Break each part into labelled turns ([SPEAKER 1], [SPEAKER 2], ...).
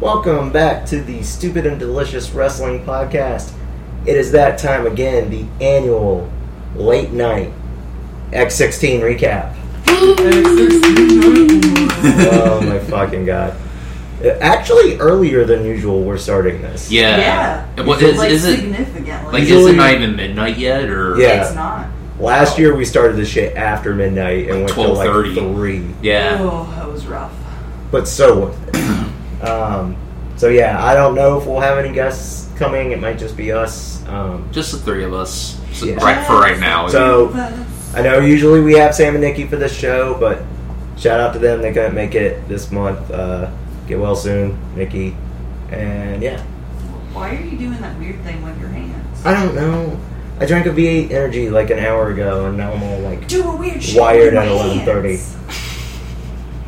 [SPEAKER 1] Welcome back to the Stupid and Delicious Wrestling Podcast. It is that time again, the annual late night X16 recap. oh my fucking god. Actually, earlier than usual, we're starting this.
[SPEAKER 2] Yeah.
[SPEAKER 3] Yeah.
[SPEAKER 2] And What, is,
[SPEAKER 3] like
[SPEAKER 2] is it
[SPEAKER 3] significantly?
[SPEAKER 2] like? Is
[SPEAKER 1] Usually-
[SPEAKER 2] it not even midnight yet? Or
[SPEAKER 1] Yeah.
[SPEAKER 3] It's not.
[SPEAKER 1] Last year, we started this shit after midnight and went till like
[SPEAKER 2] 12:30.
[SPEAKER 1] 3.
[SPEAKER 2] yeah.
[SPEAKER 3] Oh, that was rough.
[SPEAKER 1] but so worth it. Um, so yeah, I don't know if we'll have any guests coming. It might just be us. Um,
[SPEAKER 2] just the three of us. So
[SPEAKER 1] Yeah.
[SPEAKER 2] Right for right now.
[SPEAKER 1] So- I know usually we have Sam and Nikki for this show, but shout out to them. They couldn't make it this month. Uh, get well soon, Nikki. And yeah,
[SPEAKER 3] Why are you doing that weird thing with your hands?
[SPEAKER 1] I don't know. I drank a V8 Energy like an hour ago, and now I'm all like,
[SPEAKER 3] Do a weird shit.
[SPEAKER 1] Wired
[SPEAKER 3] with my
[SPEAKER 1] at 11:30.
[SPEAKER 3] hands.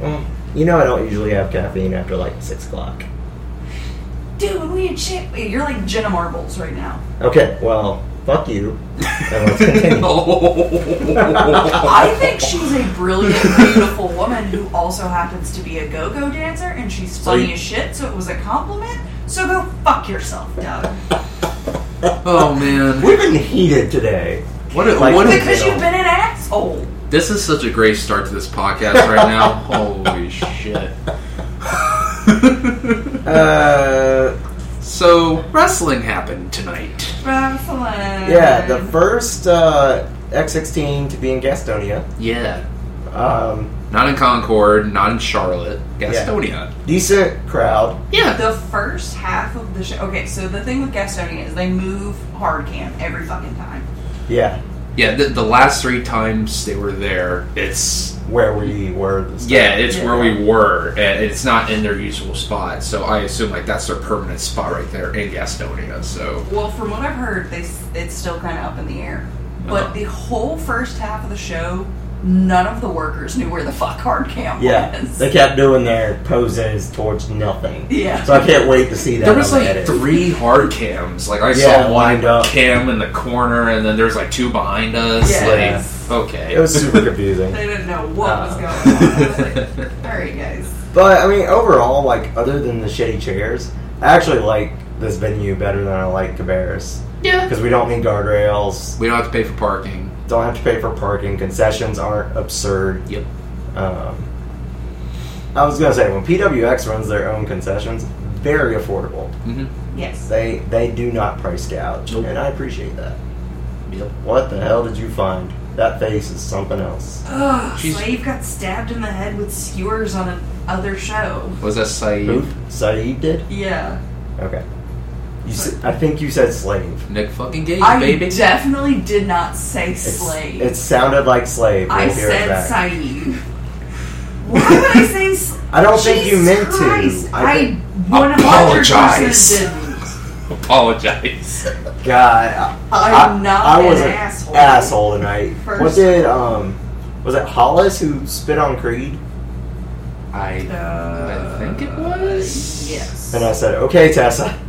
[SPEAKER 1] well, you know, I don't usually have caffeine after like six o'clock.
[SPEAKER 3] Do a weird shit. Wait, You're like Jenna Marbles right now.
[SPEAKER 1] Okay, well, fuck you. And let's continue.
[SPEAKER 3] I think she's a brilliant, beautiful woman who also happens to be a go-go dancer, and she's
[SPEAKER 2] So
[SPEAKER 3] funny
[SPEAKER 2] you-
[SPEAKER 3] as shit. So it was a compliment. So go fuck yourself, Doug.
[SPEAKER 2] oh man.
[SPEAKER 1] We've been heated today.
[SPEAKER 2] What? A,
[SPEAKER 1] Like-
[SPEAKER 2] what? A,
[SPEAKER 3] Because you've been an asshole.
[SPEAKER 2] this is such a great start to this podcast right now. Holy shit.
[SPEAKER 1] Uh.
[SPEAKER 2] so wrestling happened tonight.
[SPEAKER 3] Wrestling.
[SPEAKER 1] Yeah, the first uh, X16 to be in Gastonia.
[SPEAKER 2] Yeah.
[SPEAKER 1] Um,
[SPEAKER 2] Not in Concord. Not in Charlotte. Gastonia.
[SPEAKER 1] decent crowd.
[SPEAKER 2] Yeah.
[SPEAKER 3] The first half of the show. Okay, so the thing with Gastonia is they move hard cam every fucking time.
[SPEAKER 1] Yeah,
[SPEAKER 2] Yeah. The, the last three times they were there, it's
[SPEAKER 1] where we were. and stuff.
[SPEAKER 2] Yeah, it's
[SPEAKER 3] Yeah.
[SPEAKER 2] where we were, and it's not in their usual spot. So I assume like that's their permanent spot right there in Gastonia. So
[SPEAKER 3] Well, from what I've heard, they s- it's still kind of up in the air.
[SPEAKER 2] Uh-huh.
[SPEAKER 3] But the whole first half of the show, none of the workers knew where the fuck hard cam
[SPEAKER 1] Yeah,
[SPEAKER 3] was.
[SPEAKER 1] they kept doing their poses towards nothing.
[SPEAKER 3] yeah.
[SPEAKER 1] So I can't wait to see that.
[SPEAKER 2] there was
[SPEAKER 1] on
[SPEAKER 2] like
[SPEAKER 1] Reddit.
[SPEAKER 2] three hard cams. Like I
[SPEAKER 1] Yeah,
[SPEAKER 2] saw
[SPEAKER 1] lined
[SPEAKER 2] one
[SPEAKER 1] up.
[SPEAKER 2] cam in the corner, and then there's like two behind us.
[SPEAKER 3] Yeah.
[SPEAKER 2] Like okay,
[SPEAKER 1] It was super confusing.
[SPEAKER 3] They didn't know what was
[SPEAKER 1] Uh.
[SPEAKER 3] going on. I was like, all right, guys.
[SPEAKER 1] But I mean, overall, like other than the shitty chairs, I actually like this venue better than I like Cabarrus
[SPEAKER 2] yeah.
[SPEAKER 1] because we don't need guardrails,
[SPEAKER 2] We don't have to pay for parking.
[SPEAKER 1] don't have to pay for parking, concessions aren't absurd.
[SPEAKER 2] Yep.
[SPEAKER 1] Um, I was gonna say when PWX runs their own concessions, very affordable.
[SPEAKER 2] hmm
[SPEAKER 3] Yes.
[SPEAKER 1] They they do not price gouge,
[SPEAKER 2] Nope.
[SPEAKER 1] and I appreciate that.
[SPEAKER 2] Yep.
[SPEAKER 1] What the hell did you find? That face is something else.
[SPEAKER 3] Ugh,
[SPEAKER 2] She's-
[SPEAKER 3] Slave got stabbed in the head with skewers on another show.
[SPEAKER 2] Was that
[SPEAKER 1] Who?
[SPEAKER 2] Saeed?
[SPEAKER 1] Saeed did.
[SPEAKER 3] Yeah.
[SPEAKER 1] Okay. You s- I think you said slave.
[SPEAKER 2] Nick fucking Gage,
[SPEAKER 3] I
[SPEAKER 2] baby.
[SPEAKER 3] definitely did not say
[SPEAKER 1] It's-
[SPEAKER 3] slave.
[SPEAKER 1] It sounded like slave.
[SPEAKER 3] I
[SPEAKER 1] We'll hear it
[SPEAKER 3] said
[SPEAKER 1] back.
[SPEAKER 3] Saeed. Why would I say? s-
[SPEAKER 1] I don't think you
[SPEAKER 3] Jesus
[SPEAKER 1] meant to.
[SPEAKER 3] Christ,
[SPEAKER 1] I
[SPEAKER 3] I
[SPEAKER 1] think-
[SPEAKER 3] one hundred
[SPEAKER 2] Apologize.
[SPEAKER 3] percent didn't.
[SPEAKER 2] Apologize.
[SPEAKER 1] God, I,
[SPEAKER 3] I'm
[SPEAKER 1] I-
[SPEAKER 3] not
[SPEAKER 1] I was
[SPEAKER 3] an
[SPEAKER 1] an
[SPEAKER 3] asshole.
[SPEAKER 1] asshole tonight. What
[SPEAKER 3] First.
[SPEAKER 1] did um? Was it Hollis who spit on Creed?
[SPEAKER 2] I.
[SPEAKER 3] Uh,
[SPEAKER 2] I think it was.
[SPEAKER 3] Yes.
[SPEAKER 1] And I said, "Okay, Tessa."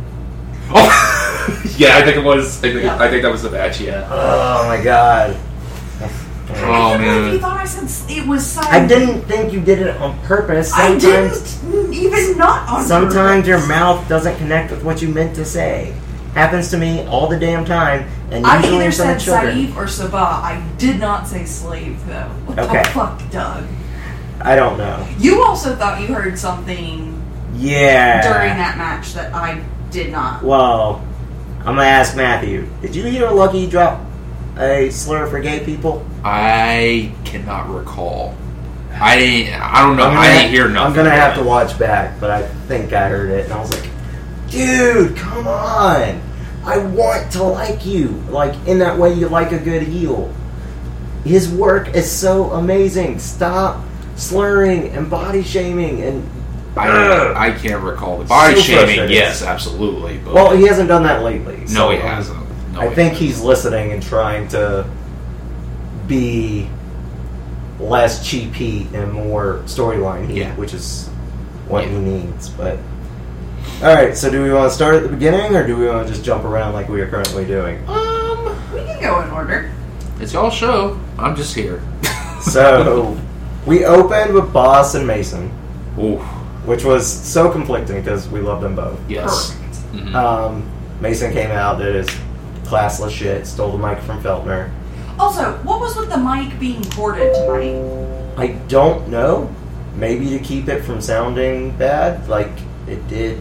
[SPEAKER 2] Oh, yeah, I think it was. I think,
[SPEAKER 3] Yeah.
[SPEAKER 2] I think that was the match. Yeah.
[SPEAKER 1] Oh my god.
[SPEAKER 3] I
[SPEAKER 2] Oh,
[SPEAKER 3] can't believe
[SPEAKER 2] man.
[SPEAKER 3] You thought I said s- it was Saeed.
[SPEAKER 1] I didn't think you did it on purpose.
[SPEAKER 3] I
[SPEAKER 1] Sometimes,
[SPEAKER 3] didn't even not on.
[SPEAKER 1] Sometimes
[SPEAKER 3] purpose.
[SPEAKER 1] your mouth doesn't connect with what you meant to say. Happens to me all the damn time, and
[SPEAKER 3] I
[SPEAKER 1] usually
[SPEAKER 3] either
[SPEAKER 1] in front
[SPEAKER 3] said
[SPEAKER 1] of children.
[SPEAKER 3] Saeed or Sabah. I did not say slave though. What
[SPEAKER 1] Okay.
[SPEAKER 3] the fuck, Doug?
[SPEAKER 1] I don't know.
[SPEAKER 3] You also thought you heard something
[SPEAKER 1] Yeah.
[SPEAKER 3] during that match that I did not.
[SPEAKER 1] Well, I'm gonna ask Matthew. Did you hear Lucky drop a slur for gay people?
[SPEAKER 2] I cannot recall. I didn't. I don't know.
[SPEAKER 1] I'm
[SPEAKER 2] I
[SPEAKER 1] gonna-
[SPEAKER 2] didn't hear nothing.
[SPEAKER 1] I'm gonna have to watch back, but I think I heard it, and I was like, "Dude, come on! I want to like you, like in that way you like a good heel. His work is so amazing. Stop slurring and body shaming, and
[SPEAKER 2] I, I can't recall the body
[SPEAKER 1] So
[SPEAKER 2] shaming.
[SPEAKER 1] frustrated.
[SPEAKER 2] Yes, absolutely. But
[SPEAKER 1] well, he hasn't done that lately.
[SPEAKER 2] no,
[SPEAKER 1] so,
[SPEAKER 2] he
[SPEAKER 1] um,
[SPEAKER 2] hasn't. No,
[SPEAKER 1] I
[SPEAKER 2] he
[SPEAKER 1] think
[SPEAKER 2] hasn't.
[SPEAKER 1] he's listening and trying to be less cheapy and more storyline heat,
[SPEAKER 2] Yeah.
[SPEAKER 1] which is what he
[SPEAKER 2] Yeah.
[SPEAKER 1] needs. But all right, so do we want to start at the beginning, or do we want to just jump around like we are currently doing?
[SPEAKER 2] Um,
[SPEAKER 3] We can go in order.
[SPEAKER 2] it's y'all show. I'm just here.
[SPEAKER 1] So we opened with Boss and Mason.
[SPEAKER 2] Oof.
[SPEAKER 1] which was so conflicting because we love them both.
[SPEAKER 2] Yes.
[SPEAKER 3] Perfect.
[SPEAKER 2] Mhm.
[SPEAKER 1] Um, Mason came out, did his classless shit, stole the mic from Feltner.
[SPEAKER 3] Also, what was with the mic being corded tonight?
[SPEAKER 1] I don't know. Maybe to keep it from sounding bad, like it did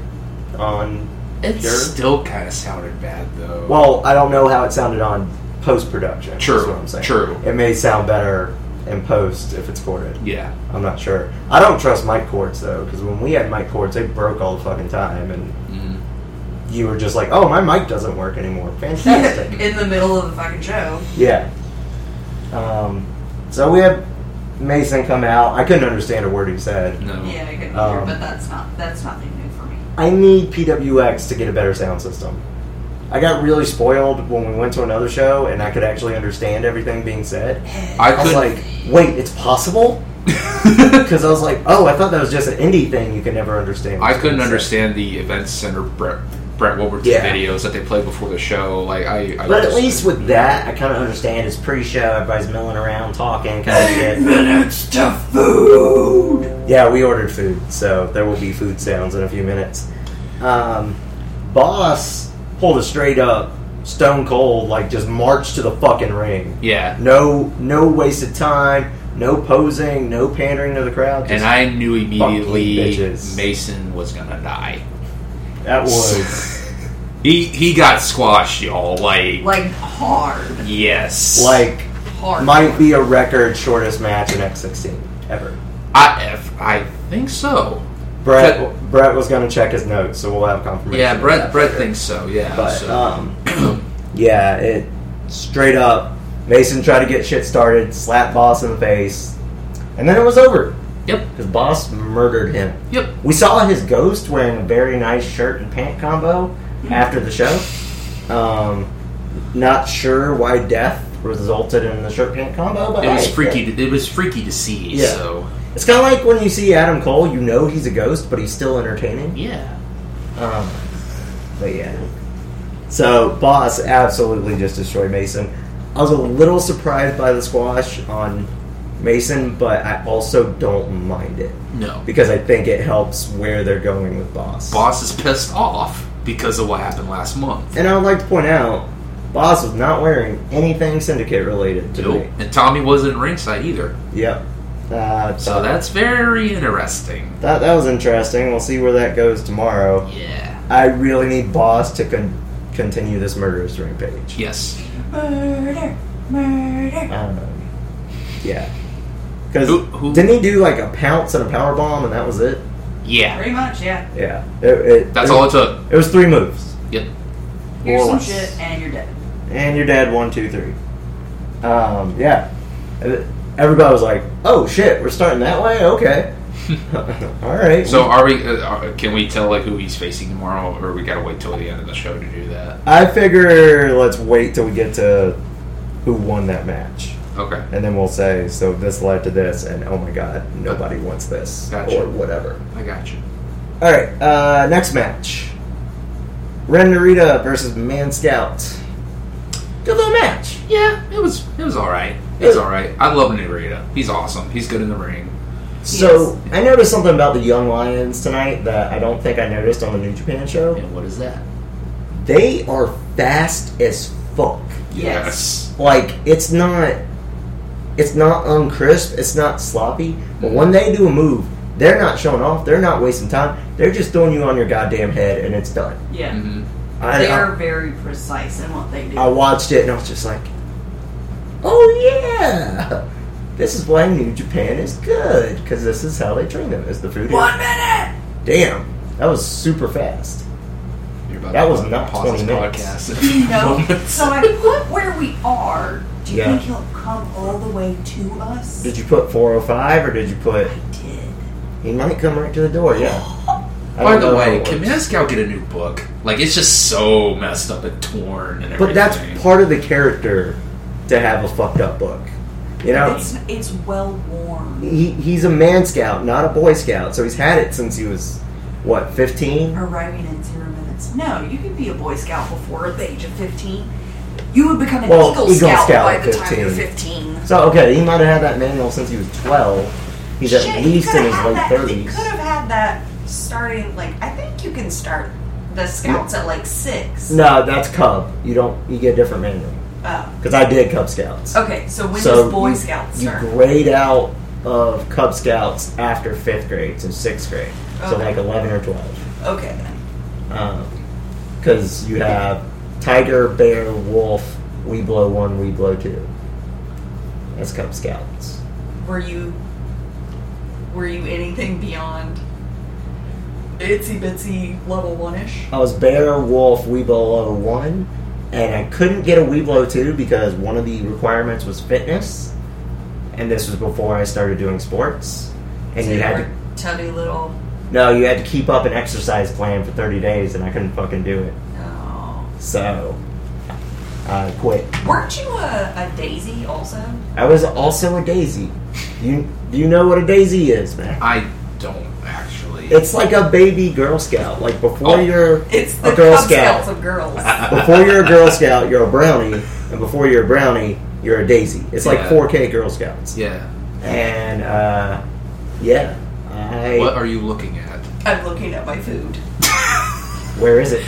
[SPEAKER 1] on.
[SPEAKER 2] it
[SPEAKER 1] Sure.
[SPEAKER 2] still kind of sounded bad though.
[SPEAKER 1] Well, I don't know how it sounded on post production.
[SPEAKER 2] True,
[SPEAKER 1] what I'm saying.
[SPEAKER 2] true.
[SPEAKER 1] It may sound better in post if it's corded.
[SPEAKER 2] yeah.
[SPEAKER 1] I'm not sure. I don't trust mic cords though, because when we had mic cords, they broke all the fucking time, and
[SPEAKER 2] Mhm.
[SPEAKER 1] you were just like, "Oh, my mic doesn't work anymore." Fantastic.
[SPEAKER 3] In the middle of the fucking show.
[SPEAKER 1] yeah. Um, so we had Mason come out. I couldn't understand a word he said.
[SPEAKER 2] No.
[SPEAKER 3] Yeah, I couldn't hear,
[SPEAKER 1] Um,
[SPEAKER 3] but that's not that's nothing new for me.
[SPEAKER 1] I need PWX to get a better sound system. I got really spoiled when we went to another show, and I could actually understand everything being said.
[SPEAKER 2] I
[SPEAKER 1] I was
[SPEAKER 2] could
[SPEAKER 1] like, "Wait, it's possible?" Because I was like, "Oh, I thought that was just an indie thing you could never understand."
[SPEAKER 2] I couldn't understand the event center Brett Brett Wilberton
[SPEAKER 1] Yeah.
[SPEAKER 2] videos that they played before the show. Like I, I
[SPEAKER 1] But at
[SPEAKER 2] just-
[SPEAKER 1] least with that, I kind of understand it's pre-show. Everybody's milling around, talking, kind of shit.
[SPEAKER 3] minutes to food.
[SPEAKER 1] Yeah, we ordered food, so there will be food sounds in a few minutes. Um, Boss pulled a straight up stone cold, like just march to the fucking ring.
[SPEAKER 2] yeah.
[SPEAKER 1] No, no wasted time. No posing. No pandering to the crowd.
[SPEAKER 2] And
[SPEAKER 1] Just,
[SPEAKER 2] I knew immediately
[SPEAKER 1] bitches.
[SPEAKER 2] Mason was gonna die.
[SPEAKER 1] that was
[SPEAKER 2] He he got squashed, y'all. Like,
[SPEAKER 3] Like hard.
[SPEAKER 2] yes,
[SPEAKER 1] like
[SPEAKER 3] Hard.
[SPEAKER 1] might be a record shortest match in X16 ever.
[SPEAKER 2] I if- I think so.
[SPEAKER 1] Brett Brett was going to check his notes, so we'll have confirmation.
[SPEAKER 2] Yeah,
[SPEAKER 1] of
[SPEAKER 2] Brett
[SPEAKER 1] that
[SPEAKER 2] Brett
[SPEAKER 1] later.
[SPEAKER 2] thinks so. Yeah.
[SPEAKER 1] But
[SPEAKER 2] so.
[SPEAKER 1] um, yeah, it straight up. Mason tried to get shit started, slapped Boss in the face, and then it was over
[SPEAKER 2] yep.
[SPEAKER 1] because Boss murdered him.
[SPEAKER 2] Yep.
[SPEAKER 1] We saw his ghost wearing a very nice shirt and pant combo after the show. Um, not sure why death resulted in the shirt pant combo, but
[SPEAKER 2] It was
[SPEAKER 1] hey,
[SPEAKER 2] freaky. To, it was freaky to see.
[SPEAKER 1] Yeah.
[SPEAKER 2] So
[SPEAKER 1] It's kind of like when you see Adam Cole, you know he's a ghost, but he's still entertaining.
[SPEAKER 2] yeah.
[SPEAKER 1] Um, but yeah. So boss absolutely just destroyed Mason. I was a little surprised by the squash on Mason, but I also don't mind it
[SPEAKER 2] No.
[SPEAKER 1] because I think it helps where they're going with boss.
[SPEAKER 2] Boss is pissed off because of what happened last month.
[SPEAKER 1] And I would like to point out, boss was not wearing anything syndicate related to
[SPEAKER 2] Nope. And Tommy wasn't ringside either.
[SPEAKER 1] me. Yep. Uh,
[SPEAKER 2] So that's very interesting.
[SPEAKER 1] that that was interesting. We'll see where that goes tomorrow.
[SPEAKER 2] Yeah.
[SPEAKER 1] I really need boss to con- continue this murderous ring page.
[SPEAKER 2] Yes.
[SPEAKER 3] murder, murder.
[SPEAKER 1] Um, yeah. Because
[SPEAKER 2] Who- who-
[SPEAKER 1] didn't he do like a pounce and a power bomb and that was it? Oh.
[SPEAKER 2] Yeah.
[SPEAKER 3] Pretty much, yeah.
[SPEAKER 1] Yeah. It, it,
[SPEAKER 2] That's
[SPEAKER 1] it,
[SPEAKER 2] all it took.
[SPEAKER 1] It was three moves.
[SPEAKER 2] Yep.
[SPEAKER 3] Here's
[SPEAKER 1] More or
[SPEAKER 3] some
[SPEAKER 1] less.
[SPEAKER 3] shit, and you're dead.
[SPEAKER 1] And your dad one two three. Um, yeah. It- Everybody was like, "Oh shit, we're starting that way." Okay. all right.
[SPEAKER 2] So are we? Uh, are, can we tell like who he's facing tomorrow, or we gotta wait till the end of the show to do that?
[SPEAKER 1] I figure let's wait till we get to who won that match,
[SPEAKER 2] Okay.
[SPEAKER 1] and then we'll say, "So this led to this," and "Oh my god, nobody wants this,"
[SPEAKER 2] Gotcha.
[SPEAKER 1] or whatever.
[SPEAKER 2] I got you.
[SPEAKER 1] All right, uh, next match: Ren Narita versus Man Scout. Good little match.
[SPEAKER 2] Yeah. It was. It was all right. It was all right. I love Narita. He's awesome. He's good in the ring.
[SPEAKER 1] So I noticed something about the Young Lions tonight that I don't think I noticed on the New Japan show.
[SPEAKER 2] And what is that?
[SPEAKER 1] They are fast as fuck.
[SPEAKER 3] Yes.
[SPEAKER 1] Like it's not, it's not uncrisp. It's not sloppy. But when they do a move, they're not showing off. They're not wasting time. They're just throwing you on your goddamn head, and it's done.
[SPEAKER 3] Yeah.
[SPEAKER 2] hmm
[SPEAKER 1] Mm-hmm. I-
[SPEAKER 3] they
[SPEAKER 1] I-
[SPEAKER 3] are very precise in what they do.
[SPEAKER 1] I watched it and I was just like, oh yeah, this is why New Japan is good because this is how they train them is the food.
[SPEAKER 3] One minute.
[SPEAKER 1] Damn, that was super fast.
[SPEAKER 2] You're about
[SPEAKER 1] That
[SPEAKER 2] to
[SPEAKER 1] was not
[SPEAKER 2] pause this
[SPEAKER 1] 20 minutes.
[SPEAKER 2] podcast.
[SPEAKER 3] You know. so I put where we are. Do you
[SPEAKER 1] Yeah.
[SPEAKER 3] think he'll come all the way to us?
[SPEAKER 1] Did you put 405 or did you put?
[SPEAKER 3] I did.
[SPEAKER 1] He might come right to the door. Yeah. I
[SPEAKER 2] By
[SPEAKER 1] don't
[SPEAKER 2] the
[SPEAKER 1] know how
[SPEAKER 2] way,
[SPEAKER 1] it
[SPEAKER 2] can
[SPEAKER 1] works.
[SPEAKER 2] Maniscal get a new book? Like it's just so messed up and torn and everything.
[SPEAKER 1] But that's part of the character to have a fucked up book. You know,
[SPEAKER 3] It's it's well worn.
[SPEAKER 1] he, he's a man scout, not a boy scout. So he's had it since he was what 15.
[SPEAKER 3] Arriving in zero minutes. No, you could be a Boy Scout before the age of fifteen. You would become an
[SPEAKER 1] Well,
[SPEAKER 3] Eagle,
[SPEAKER 1] Eagle
[SPEAKER 3] Scout,
[SPEAKER 1] Scout
[SPEAKER 3] by
[SPEAKER 1] at
[SPEAKER 3] the time you're
[SPEAKER 1] 15.
[SPEAKER 3] fifteen.
[SPEAKER 1] So okay, he might have had that manual since he was twelve, He's at
[SPEAKER 3] Shit, he
[SPEAKER 1] least in
[SPEAKER 3] could've
[SPEAKER 1] his late
[SPEAKER 3] had that- He
[SPEAKER 1] 30s.
[SPEAKER 3] could have had that starting like I think you can start the scouts at like six.
[SPEAKER 1] No, that's Cub. You don't. You get a different manual
[SPEAKER 3] Oh.
[SPEAKER 1] because I did Cub Scouts.
[SPEAKER 3] Okay, so when
[SPEAKER 1] So
[SPEAKER 3] does Boy
[SPEAKER 1] you-
[SPEAKER 3] Scouts
[SPEAKER 1] You
[SPEAKER 3] start?
[SPEAKER 1] grade out of Cub Scouts after fifth grade, so sixth grade, so
[SPEAKER 3] Okay.
[SPEAKER 1] like eleven or twelve,
[SPEAKER 3] okay then.
[SPEAKER 1] because you have tiger, bear, wolf. We blow one. We blow two. That's Cub Scouts.
[SPEAKER 3] Were you were you anything beyond itsy bitsy level one ish?
[SPEAKER 1] I was Bear Wolf Weeblo 01, and I couldn't get a Weeblo 2 because one of the requirements was fitness, and this was before I started doing sports. And
[SPEAKER 3] so
[SPEAKER 1] you
[SPEAKER 3] you
[SPEAKER 1] had
[SPEAKER 3] were tubby little
[SPEAKER 1] to, no, you had to keep up an exercise plan for 30 days, and I couldn't fucking do it.
[SPEAKER 3] no.
[SPEAKER 1] So I quit.
[SPEAKER 3] Weren't you a, a daisy also?
[SPEAKER 1] I was also a daisy. You do you know what a daisy is, man?
[SPEAKER 2] I don't actually.
[SPEAKER 1] It's like a baby Girl Scout. Like before
[SPEAKER 2] Oh.
[SPEAKER 1] you're
[SPEAKER 3] It's
[SPEAKER 1] A
[SPEAKER 3] the
[SPEAKER 1] Girl
[SPEAKER 3] Cub
[SPEAKER 1] Scout.
[SPEAKER 3] Scouts of girls.
[SPEAKER 1] before you're a Girl Scout, you're a brownie, and before you're a brownie, you're a daisy. It's like
[SPEAKER 2] Yeah.
[SPEAKER 1] 4K Girl Scouts.
[SPEAKER 2] yeah.
[SPEAKER 1] And uh, yeah, I
[SPEAKER 2] What are you looking at?
[SPEAKER 3] I'm looking at my food.
[SPEAKER 1] where is it?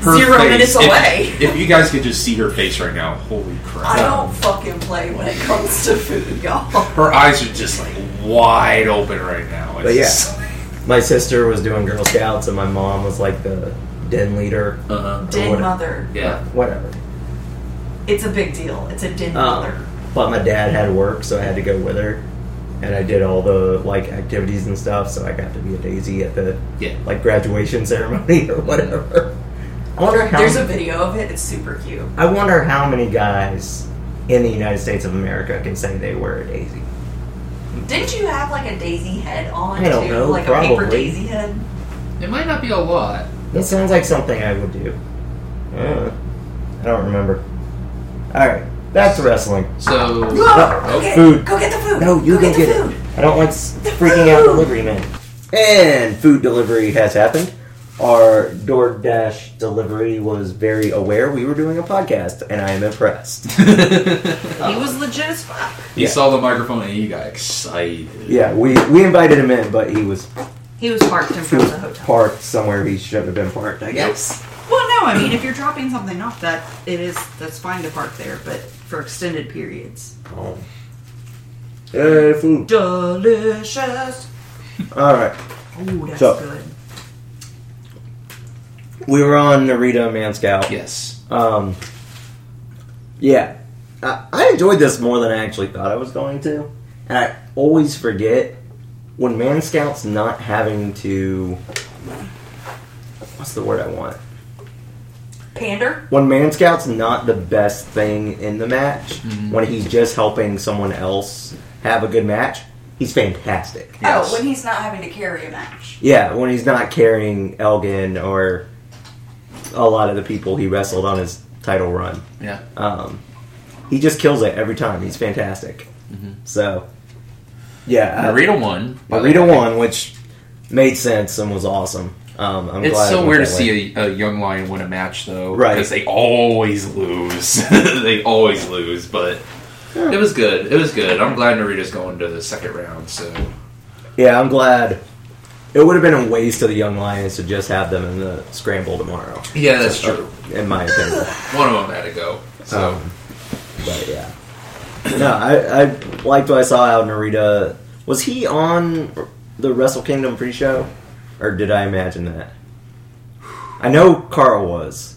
[SPEAKER 3] Zero minutes
[SPEAKER 2] If-
[SPEAKER 3] away.
[SPEAKER 2] If, you guys could just see her face right now, holy
[SPEAKER 3] I
[SPEAKER 2] crap!
[SPEAKER 3] don't fucking play when it comes to food, y'all.
[SPEAKER 2] Her eyes are just like wide open right now. It's
[SPEAKER 1] But yeah.
[SPEAKER 2] just-
[SPEAKER 1] My sister was doing Girl Scouts, and my mom was like the den leader.
[SPEAKER 2] Uh-huh.
[SPEAKER 1] Or
[SPEAKER 3] Din
[SPEAKER 1] whatever.
[SPEAKER 3] mother.
[SPEAKER 2] Yeah.
[SPEAKER 1] Whatever.
[SPEAKER 3] It's a big deal. It's a din mother.
[SPEAKER 1] Um, but my dad had work, so I had to go with her, and I did all the like activities and stuff. So I got to be a daisy at the
[SPEAKER 2] Yeah.
[SPEAKER 1] like graduation ceremony or whatever. I wonder how
[SPEAKER 3] There's a video of it. It's super cute.
[SPEAKER 1] I wonder how many guys in the United States of America can say they were a daisy.
[SPEAKER 3] Didn't you have like a daisy head on
[SPEAKER 1] I don't
[SPEAKER 3] too?
[SPEAKER 1] know,
[SPEAKER 3] like a paper
[SPEAKER 1] probably.
[SPEAKER 3] daisy head?
[SPEAKER 2] It might not be a lot.
[SPEAKER 1] That sounds like something I would do. Uh, I don't remember. All right, back to wrestling.
[SPEAKER 2] So
[SPEAKER 3] Go get,
[SPEAKER 1] food.
[SPEAKER 3] Go get the food.
[SPEAKER 1] No, you go
[SPEAKER 3] go get,
[SPEAKER 1] get
[SPEAKER 3] the
[SPEAKER 1] it.
[SPEAKER 3] food.
[SPEAKER 1] I don't like s- freaking out delivery men. And food delivery has happened. Our DoorDash delivery was very aware we were doing a podcast, and I am impressed.
[SPEAKER 3] He was legit as fuck.
[SPEAKER 2] he
[SPEAKER 1] Yeah.
[SPEAKER 2] saw the microphone and he got excited.
[SPEAKER 1] Yeah, we, we invited him in, but he was
[SPEAKER 3] He was parked in
[SPEAKER 1] he
[SPEAKER 3] front of
[SPEAKER 1] was
[SPEAKER 3] the hotel.
[SPEAKER 1] parked somewhere he shouldn't have been parked. I guess.
[SPEAKER 3] Well, no, I mean if you're dropping something off, that it is that's fine to park there, but for extended periods.
[SPEAKER 1] Oh. Hey, food.
[SPEAKER 3] Delicious.
[SPEAKER 1] All right.
[SPEAKER 3] Ooh, that's
[SPEAKER 1] So-
[SPEAKER 3] good.
[SPEAKER 1] We were on Narita Man Scout.
[SPEAKER 2] Yes.
[SPEAKER 1] Um, yeah, I, I enjoyed this more than I actually thought I was going to, and I always forget when Man Scout's not having to. What's the word I want?
[SPEAKER 3] Pander.
[SPEAKER 1] When Man Scout's not the best thing in the match, when he's just helping someone else have a good match, he's fantastic.
[SPEAKER 2] Yes.
[SPEAKER 3] Oh, when he's not having to carry a match.
[SPEAKER 1] Yeah, when he's not carrying Elgin or a lot of the people he wrestled on his title run.
[SPEAKER 2] Yeah.
[SPEAKER 1] Um, he just kills it every time. He's fantastic.
[SPEAKER 2] Mm-hmm.
[SPEAKER 1] So, yeah, I-
[SPEAKER 2] Narita won. by the
[SPEAKER 1] Narita
[SPEAKER 2] way.
[SPEAKER 1] won, which made sense and was awesome. Um, I'm
[SPEAKER 2] It's
[SPEAKER 1] glad
[SPEAKER 2] so
[SPEAKER 1] it
[SPEAKER 2] weird
[SPEAKER 1] went
[SPEAKER 2] to
[SPEAKER 1] that way.
[SPEAKER 2] see a, a young lion win a match, though,
[SPEAKER 1] Right.
[SPEAKER 2] Because they always lose. they always lose, but it was good. It was good. I'm glad Narita's going to the second round. So
[SPEAKER 1] Yeah, I'm glad. It would have been a waste of the Young Lions to just have them in the scramble tomorrow.
[SPEAKER 2] yeah, that's
[SPEAKER 1] uh,
[SPEAKER 2] true.
[SPEAKER 1] in my opinion.
[SPEAKER 2] One of them had to go. So
[SPEAKER 1] Um, but yeah, no, I, I liked what I saw out of Narita. Was he on the Wrestle Kingdom pre-show, or did I imagine that? I know Carl was.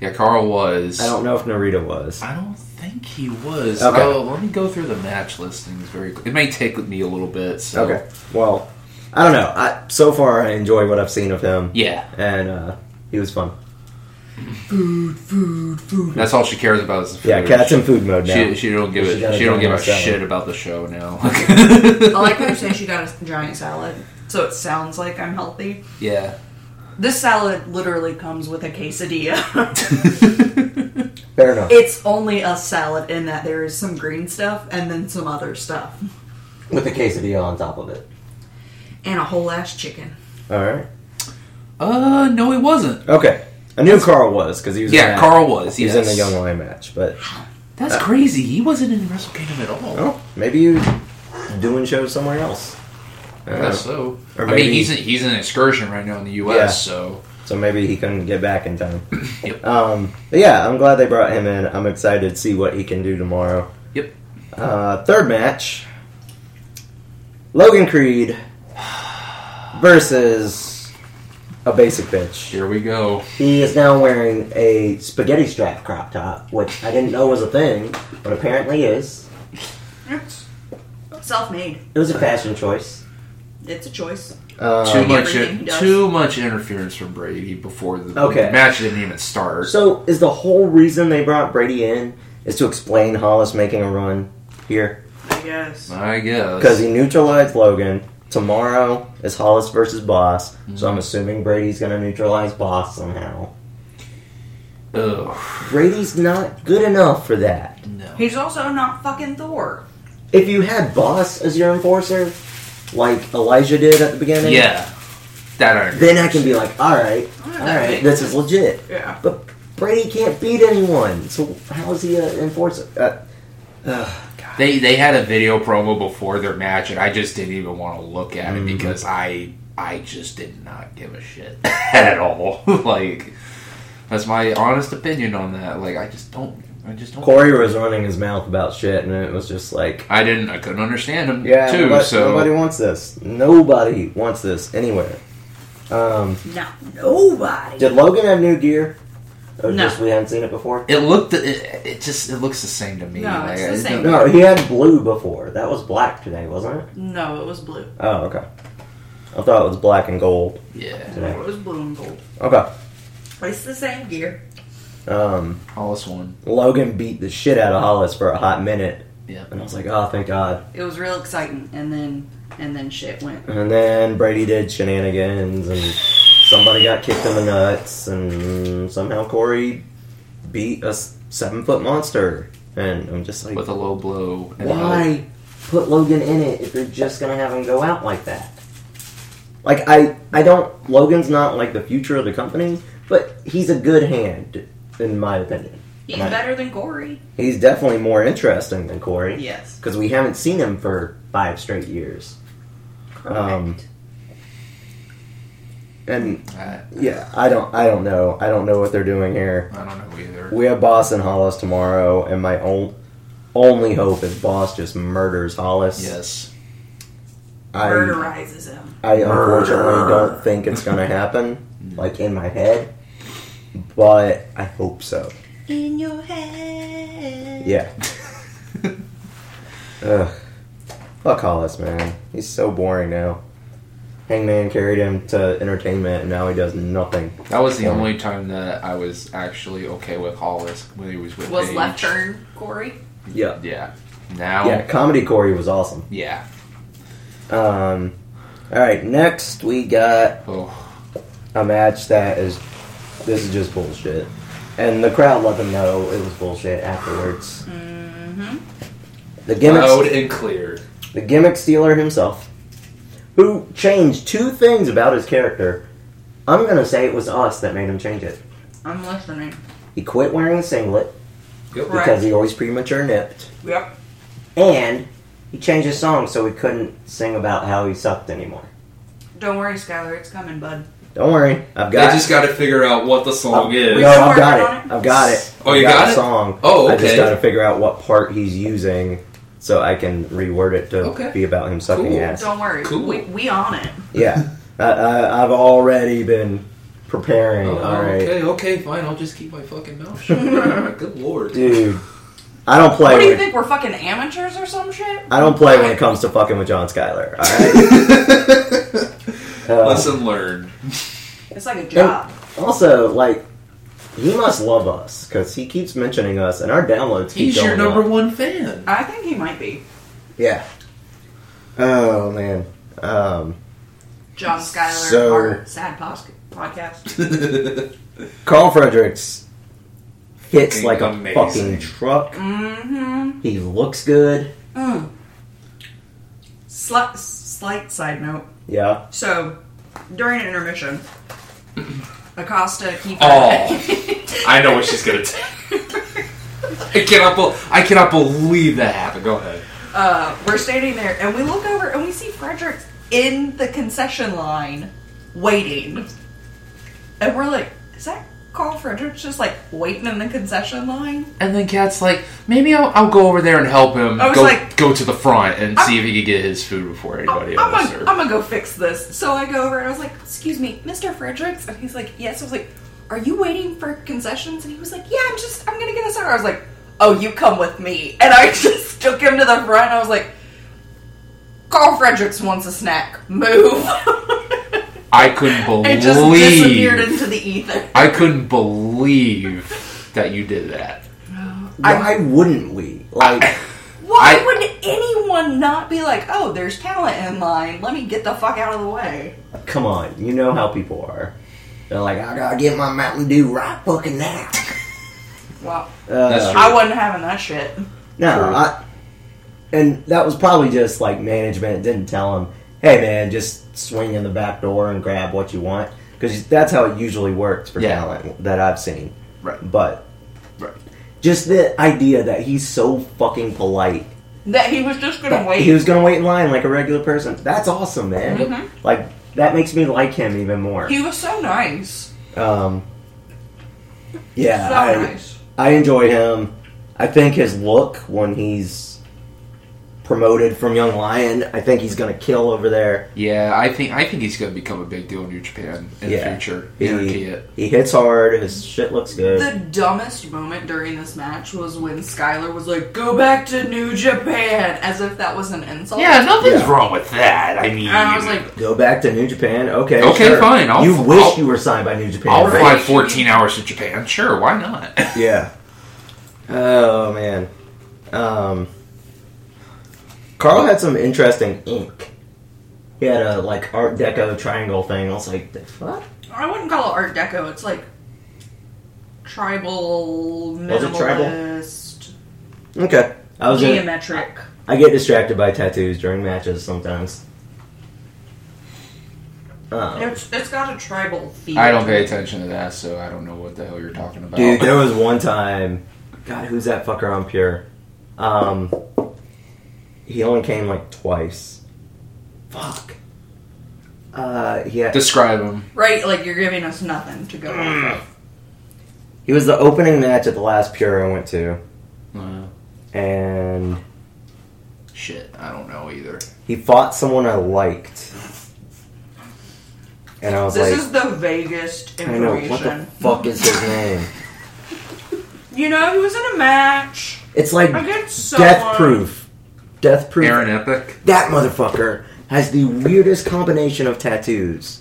[SPEAKER 2] yeah, Carl was.
[SPEAKER 1] I don't know if Narita was.
[SPEAKER 2] I don't think he was.
[SPEAKER 1] Okay.
[SPEAKER 2] Oh, let me go through the match listings very. Quick. It may take me a little bit. So.
[SPEAKER 1] Okay. Well, I don't know. I so far I enjoy what I've seen of him,
[SPEAKER 2] Yeah,
[SPEAKER 1] and uh, he was fun.
[SPEAKER 2] that's all she cares about is the food.
[SPEAKER 1] Yeah, cat's in food mode now.
[SPEAKER 2] She, she don't give
[SPEAKER 1] She got
[SPEAKER 2] a
[SPEAKER 1] a
[SPEAKER 2] she don't give a
[SPEAKER 1] giant salad.
[SPEAKER 2] shit about the show now.
[SPEAKER 3] I like how you're saying she got a giant salad, so it sounds like I'm healthy.
[SPEAKER 2] yeah.
[SPEAKER 3] This salad literally comes with a quesadilla.
[SPEAKER 1] Fair enough.
[SPEAKER 3] it's only a salad in that there is some green stuff and then some other stuff.
[SPEAKER 1] With the quesadilla on top of it.
[SPEAKER 3] And a whole ass chicken.
[SPEAKER 1] All right.
[SPEAKER 2] Uh, no, he wasn't.
[SPEAKER 1] Okay. I knew Carl was because he was. in
[SPEAKER 2] Yeah,
[SPEAKER 1] that-
[SPEAKER 2] Carl was.
[SPEAKER 1] He was
[SPEAKER 2] Yes.
[SPEAKER 1] in the Young Lion match, but
[SPEAKER 2] That's crazy. He wasn't in Wrestle Kingdom at all.
[SPEAKER 1] oh, maybe he was doing shows somewhere else.
[SPEAKER 2] I guess so.
[SPEAKER 1] Or
[SPEAKER 2] I mean,
[SPEAKER 1] maybe-
[SPEAKER 2] he's he's in an excursion right now in the U.S.
[SPEAKER 1] Yeah.
[SPEAKER 2] So
[SPEAKER 1] So maybe he couldn't get back in time.
[SPEAKER 2] Yep.
[SPEAKER 1] Um, but yeah, I'm glad they brought him in. I'm excited to see what he can do tomorrow.
[SPEAKER 2] Yep.
[SPEAKER 1] Uh, third match Logan Creed versus a basic bitch.
[SPEAKER 2] here we go.
[SPEAKER 1] He is now wearing a spaghetti strap crop top, which I didn't know was a thing, but apparently is.
[SPEAKER 3] Self made.
[SPEAKER 1] It was a fashion choice.
[SPEAKER 3] It's a choice.
[SPEAKER 1] Um,
[SPEAKER 2] too much
[SPEAKER 3] Everything he does.
[SPEAKER 2] too much interference from Brady before the,
[SPEAKER 1] Okay.
[SPEAKER 2] the match didn't even start.
[SPEAKER 1] So, is the whole reason they brought Brady in is to explain Hollis making a run here?
[SPEAKER 3] I guess.
[SPEAKER 2] I guess
[SPEAKER 1] Because he neutralized Logan. Tomorrow is Hollis versus Boss, so I'm assuming Brady's going to neutralize Boss somehow.
[SPEAKER 2] Ugh,
[SPEAKER 1] Brady's not good enough for that.
[SPEAKER 2] no.
[SPEAKER 3] He's also not fucking Thor.
[SPEAKER 1] If you had Boss as your enforcer, like Elijah did at the beginning,
[SPEAKER 2] Yeah, that I agree.
[SPEAKER 1] then I can be like, all right, all right, this is legit.
[SPEAKER 3] Yeah.
[SPEAKER 1] But Brady can't beat anyone, so how is he an enforcer? Uh, ugh.
[SPEAKER 2] They they had a video promo before their match, and I just didn't even want to look at
[SPEAKER 1] Mm-hmm.
[SPEAKER 2] it because I I just did not give a shit at all. like that's my honest opinion on that. Like I just don't. I just don't.
[SPEAKER 1] Corey was running his mouth about shit, and it was just like,
[SPEAKER 2] I didn't. I couldn't understand him
[SPEAKER 1] yeah,
[SPEAKER 2] too.
[SPEAKER 1] nobody,
[SPEAKER 2] so
[SPEAKER 1] nobody wants this. Nobody wants this anywhere. Um,
[SPEAKER 3] Not nobody.
[SPEAKER 1] did Logan have new gear? Or
[SPEAKER 3] No.
[SPEAKER 1] just we hadn't seen it before?
[SPEAKER 2] it looked. It, it just it looks the same to me.
[SPEAKER 3] No,
[SPEAKER 2] like,
[SPEAKER 3] it's the
[SPEAKER 2] it
[SPEAKER 3] same.
[SPEAKER 2] don't-
[SPEAKER 1] No, he had blue before. That was black today, wasn't it?
[SPEAKER 3] no, it was blue.
[SPEAKER 1] Oh, okay. I thought it was black and gold
[SPEAKER 2] Yeah,
[SPEAKER 1] today.
[SPEAKER 3] It was blue and gold.
[SPEAKER 1] Okay.
[SPEAKER 3] It's the same gear.
[SPEAKER 1] Um,
[SPEAKER 2] Hollis won.
[SPEAKER 1] Logan beat the shit out of Hollis for a hot minute,
[SPEAKER 2] Yeah,
[SPEAKER 1] and I was like, oh, thank God.
[SPEAKER 3] It was real exciting, and then and then shit went.
[SPEAKER 1] And then Brady did shenanigans, and somebody got kicked in the nuts, and somehow Corey beat a seven foot monster. And I'm just like,
[SPEAKER 2] with a low blow. and a-
[SPEAKER 1] why put Logan in it if you're just gonna have him go out like that? Like I, I don't. Logan's not like the future of the company, but he's a good hand in my opinion.
[SPEAKER 3] He's
[SPEAKER 1] Right.
[SPEAKER 3] better than Corey.
[SPEAKER 1] He's definitely more interesting than Corey
[SPEAKER 3] Yes.
[SPEAKER 1] because we haven't seen him for five straight years. Um, And
[SPEAKER 2] I,
[SPEAKER 1] yeah, I don't, I don't know, I don't know what they're doing here.
[SPEAKER 2] I don't know either.
[SPEAKER 1] We have Boss and Hollis tomorrow, and my on, only hope is Boss just murders Hollis.
[SPEAKER 2] Yes.
[SPEAKER 1] I,
[SPEAKER 3] Murderizes him.
[SPEAKER 1] I unfortunately
[SPEAKER 2] Murder.
[SPEAKER 1] don't think it's gonna happen, like in my head, but I hope so.
[SPEAKER 3] In your head.
[SPEAKER 1] Yeah. Ugh. Fuck Hollis, man. He's so boring now. Hangman carried him to entertainment, and now he does nothing.
[SPEAKER 2] That was the
[SPEAKER 1] Yeah.
[SPEAKER 2] only time that I was actually okay with Hollis when he was with
[SPEAKER 3] Was
[SPEAKER 2] Paige.
[SPEAKER 3] left turn Corey.
[SPEAKER 1] Yeah.
[SPEAKER 2] Yeah. Now.
[SPEAKER 1] Yeah, comedy Corey was awesome.
[SPEAKER 2] Yeah.
[SPEAKER 1] Um, all right, next we got
[SPEAKER 2] Oh.
[SPEAKER 1] a match that is this is just bullshit, and the crowd let them know it was bullshit afterwards.
[SPEAKER 3] Mm-hmm.
[SPEAKER 1] The gimmick,
[SPEAKER 2] Loud and clear.
[SPEAKER 1] the gimmick stealer himself, who changed two things about his character. I'm gonna say it was us that made him change it.
[SPEAKER 3] I'm listening.
[SPEAKER 1] He quit wearing a singlet
[SPEAKER 3] Right.
[SPEAKER 1] because he always premature nipped,
[SPEAKER 3] Yep.
[SPEAKER 1] and he changed his song so he couldn't sing about how he sucked anymore.
[SPEAKER 3] Don't worry, Skylar. It's coming, bud.
[SPEAKER 1] Don't worry, I've
[SPEAKER 2] I
[SPEAKER 1] got.
[SPEAKER 2] just got to figure out what the
[SPEAKER 1] Oh,
[SPEAKER 2] song
[SPEAKER 1] no,
[SPEAKER 2] is.
[SPEAKER 3] are-
[SPEAKER 1] I've got
[SPEAKER 3] Working on
[SPEAKER 1] it.
[SPEAKER 3] it?
[SPEAKER 1] I've got it.
[SPEAKER 2] Oh,
[SPEAKER 1] I've
[SPEAKER 2] you got
[SPEAKER 1] the
[SPEAKER 2] it?
[SPEAKER 1] song.
[SPEAKER 2] Oh,
[SPEAKER 1] I just
[SPEAKER 2] okay.
[SPEAKER 1] got to figure out what part he's using so I can reword it to
[SPEAKER 2] Okay.
[SPEAKER 1] be about him sucking
[SPEAKER 2] Cool.
[SPEAKER 1] ass.
[SPEAKER 3] Don't worry.
[SPEAKER 2] Cool.
[SPEAKER 3] We we on it.
[SPEAKER 1] Yeah, I, I, I've already been preparing.
[SPEAKER 2] Oh,
[SPEAKER 1] All right,
[SPEAKER 2] Okay, okay, fine. I'll just keep my fucking mouth shut. Good lord.
[SPEAKER 1] dude. I don't play.
[SPEAKER 3] What do you
[SPEAKER 1] when-
[SPEAKER 3] think? We're fucking amateurs or some shit?
[SPEAKER 1] I don't play when it comes to fucking with John Skyler. All right. Uh,
[SPEAKER 2] Lesson learned.
[SPEAKER 3] It's like a job.
[SPEAKER 1] Also, like, he must love us because he keeps mentioning us, and our downloads keep
[SPEAKER 2] He's
[SPEAKER 1] going
[SPEAKER 2] your number
[SPEAKER 1] up.
[SPEAKER 2] one fan.
[SPEAKER 3] I think he might be
[SPEAKER 1] Yeah. Oh man. Um,
[SPEAKER 3] John Skylar.
[SPEAKER 1] So-
[SPEAKER 3] our sad pos- podcast.
[SPEAKER 1] Carl Fredericks hits
[SPEAKER 2] Fucking
[SPEAKER 1] like a
[SPEAKER 2] amazing.
[SPEAKER 1] fucking truck.
[SPEAKER 3] Mm-hmm.
[SPEAKER 1] He looks good.
[SPEAKER 3] Mm. Slight, slight side note.
[SPEAKER 1] Yeah.
[SPEAKER 3] So, during intermission, Acosta keeper.
[SPEAKER 2] Oh. I know what she's gonna take. I cannot. Be- I cannot believe that happened. Go ahead.
[SPEAKER 3] uh, we're standing there, and we look over, and we see Frederick's in the concession line waiting. And we're like, is that Carl Fredericks just like waiting in the concession line?
[SPEAKER 2] And then Cat's like, maybe I'll, I'll go over there and help him
[SPEAKER 3] I was
[SPEAKER 2] go,
[SPEAKER 3] like-
[SPEAKER 2] go to the front and
[SPEAKER 3] I'm-
[SPEAKER 2] see if he can get his food before anybody
[SPEAKER 3] I'm,
[SPEAKER 2] else.
[SPEAKER 3] gonna,
[SPEAKER 2] or-
[SPEAKER 3] I'm gonna go fix this. So I go over and I was like, excuse me, Mr. Fredericks? And he's like, yes. I was like, are you waiting for concessions? And he was like, yeah, I'm just, I'm gonna get a soda. I was like, oh, you come with me. And I just took him to the front and I was like, Carl Fredericks wants a snack. Move.
[SPEAKER 2] I couldn't believe
[SPEAKER 3] It just disappeared into the ether.
[SPEAKER 2] I couldn't believe that you did that.
[SPEAKER 1] Why wouldn't we? Like,
[SPEAKER 3] Why
[SPEAKER 2] I-
[SPEAKER 3] would anyone not be like, oh, there's talent in line. Let me get the fuck out of the way.
[SPEAKER 1] come on, you know how people are. They're like, I gotta get my Mountain Dew right fucking now.
[SPEAKER 3] Well,
[SPEAKER 1] Uh,
[SPEAKER 2] That's true.
[SPEAKER 3] I wasn't having that shit.
[SPEAKER 1] No,
[SPEAKER 2] True.
[SPEAKER 1] I, and that was probably just like management didn't tell him, hey man, just swing in the back door and grab what you want because that's how it usually works for
[SPEAKER 2] Yeah.
[SPEAKER 1] talent that I've seen.
[SPEAKER 2] Right.
[SPEAKER 1] But
[SPEAKER 2] Right.
[SPEAKER 1] just the idea that he's so fucking polite,
[SPEAKER 3] That he was just gonna
[SPEAKER 1] that
[SPEAKER 3] wait.
[SPEAKER 1] he was gonna wait in line like a regular person. That's awesome, man.
[SPEAKER 3] Mhm.
[SPEAKER 1] Like that makes me like him even more.
[SPEAKER 3] He was so nice.
[SPEAKER 1] um, yeah,
[SPEAKER 3] so
[SPEAKER 1] I-
[SPEAKER 3] nice.
[SPEAKER 1] I enjoy him. I think his look when he's promoted from Young Lion, I think he's gonna kill over there.
[SPEAKER 2] Yeah, I think I think he's going to become a big deal in New Japan in
[SPEAKER 1] Yeah.
[SPEAKER 2] the future.
[SPEAKER 1] He-
[SPEAKER 2] Guarantee it.
[SPEAKER 1] He hits hard. His shit looks good.
[SPEAKER 3] The dumbest moment during this match was when Skylar was like, "Go back to New Japan," as if that was an insult.
[SPEAKER 2] Yeah, nothing's
[SPEAKER 1] Yeah.
[SPEAKER 2] wrong with that. I mean,
[SPEAKER 3] And I was like,
[SPEAKER 1] Go back to New Japan. Okay.
[SPEAKER 2] Okay,
[SPEAKER 1] sure.
[SPEAKER 2] fine, I'll-
[SPEAKER 1] you wish
[SPEAKER 2] I'll-
[SPEAKER 1] you were signed by New Japan.
[SPEAKER 2] I'll
[SPEAKER 1] right?
[SPEAKER 2] fly 14 hours to Japan. Sure, why not?
[SPEAKER 1] Yeah. Oh man. Um. Carl had some interesting ink. He had a like Art Deco triangle thing. I was like, the fuck?
[SPEAKER 3] I wouldn't call it Art Deco. It's like tribal,
[SPEAKER 1] Was it tribal?
[SPEAKER 3] minimalist,
[SPEAKER 1] Okay. I was gonna-
[SPEAKER 3] geometric.
[SPEAKER 1] I get distracted by tattoos during matches sometimes. Um,
[SPEAKER 3] It's, it's got a tribal feel.
[SPEAKER 2] I don't
[SPEAKER 3] to it.
[SPEAKER 2] pay attention to that, so I don't know what the hell you're talking about.
[SPEAKER 1] dude, there was one time. God, who's that fucker on Pure? Um, he only came like twice. Fuck. Uh, yeah.
[SPEAKER 2] Describe him.
[SPEAKER 3] Right, like you're giving us nothing to go. off of.
[SPEAKER 1] He was the opening match at the last Pure I went to,
[SPEAKER 2] Uh,
[SPEAKER 1] and
[SPEAKER 2] shit, I don't know either.
[SPEAKER 1] he fought someone I liked. And I was
[SPEAKER 3] This
[SPEAKER 1] like,
[SPEAKER 3] is the vaguest
[SPEAKER 1] I know what the
[SPEAKER 3] information.
[SPEAKER 1] fuck is his name?
[SPEAKER 3] You know, he was in a match
[SPEAKER 1] It's like
[SPEAKER 3] against someone.
[SPEAKER 1] Death Proof. Death Proof.
[SPEAKER 2] Aaron Epic.
[SPEAKER 1] That motherfucker has the weirdest combination of tattoos.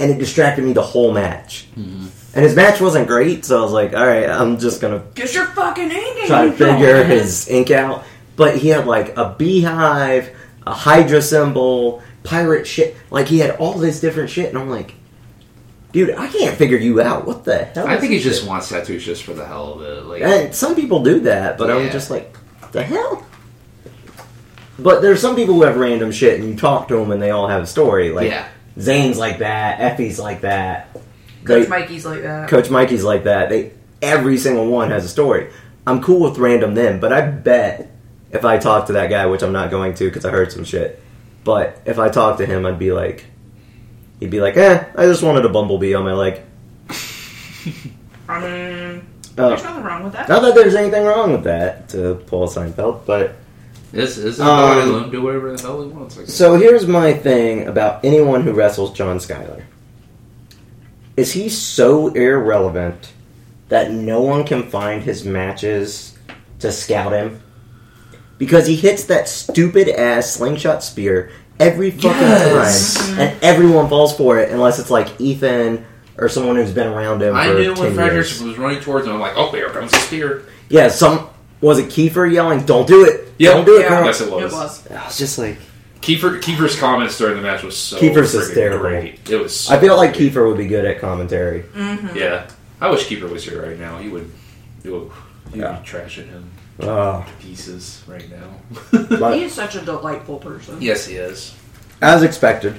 [SPEAKER 1] And it distracted me the whole match. And his match wasn't great, so I was like, alright, I'm just gonna
[SPEAKER 3] Get your fucking ink
[SPEAKER 1] try to
[SPEAKER 3] ink on
[SPEAKER 1] figure
[SPEAKER 3] it.
[SPEAKER 1] his ink out. But he had like a beehive, a hydra symbol, pirate shit. Like he had all this different shit, and I'm like, dude, I can't figure you out. What the hell?
[SPEAKER 2] I
[SPEAKER 1] is
[SPEAKER 2] think he
[SPEAKER 1] this
[SPEAKER 2] just
[SPEAKER 1] shit?
[SPEAKER 2] wants tattoos just for the hell of it. Like,
[SPEAKER 1] And some people do that, but I'm
[SPEAKER 2] Yeah.
[SPEAKER 1] just like, the hell? But there's some people who have random shit, and you talk to them, and they all have a story. Like
[SPEAKER 2] yeah.
[SPEAKER 1] Zane's like that, Effie's like that,
[SPEAKER 3] Coach
[SPEAKER 1] They-
[SPEAKER 3] Mikey's like that.
[SPEAKER 1] Coach Mikey's like that. They every single one has a story. I'm cool with random them, but I bet if I talk to that guy, which I'm not going to because I heard some shit, but if I talk to him, I'd be like, he'd be like, eh, I just wanted a bumblebee on my leg.
[SPEAKER 3] I mean,
[SPEAKER 1] Uh,
[SPEAKER 3] there's nothing wrong with that.
[SPEAKER 1] not that there's anything wrong with that, to Paul Seinfeld, but
[SPEAKER 2] This is
[SPEAKER 1] Um,
[SPEAKER 2] let him do whatever the hell he wants. I guess.
[SPEAKER 1] So here's my thing about anyone who wrestles John Skyler. Is he so irrelevant that no one can find his matches to scout him? Because he hits that stupid ass slingshot spear every fucking
[SPEAKER 2] Yes.
[SPEAKER 1] time, and everyone falls for it unless it's like Ethan or someone who's been around him.
[SPEAKER 2] I
[SPEAKER 1] for
[SPEAKER 2] knew
[SPEAKER 1] 10
[SPEAKER 2] when Fredericks
[SPEAKER 1] years.
[SPEAKER 2] was running towards him. I'm like, oh, here comes the spear.
[SPEAKER 1] Yeah, some was it Kiefer yelling, "Don't do it! Don't do it,
[SPEAKER 3] Yeah.
[SPEAKER 1] Carl."
[SPEAKER 2] Yes, it was.
[SPEAKER 3] It was.
[SPEAKER 1] I was just like,
[SPEAKER 2] Kiefer, Kiefer's comments during the match was so
[SPEAKER 1] Kiefer's is
[SPEAKER 2] freaking
[SPEAKER 1] terrible.
[SPEAKER 2] great. It was. So
[SPEAKER 1] I feel like
[SPEAKER 2] great.
[SPEAKER 1] Kiefer would be good at commentary.
[SPEAKER 3] Mm-hmm.
[SPEAKER 2] Yeah, I wish Kiefer was here right now. He would. He would he'd
[SPEAKER 1] Yeah.
[SPEAKER 2] be trashing him
[SPEAKER 1] Oh.
[SPEAKER 2] to pieces right now.
[SPEAKER 1] But-
[SPEAKER 3] He is such a delightful person.
[SPEAKER 2] yes, he is.
[SPEAKER 1] As expected.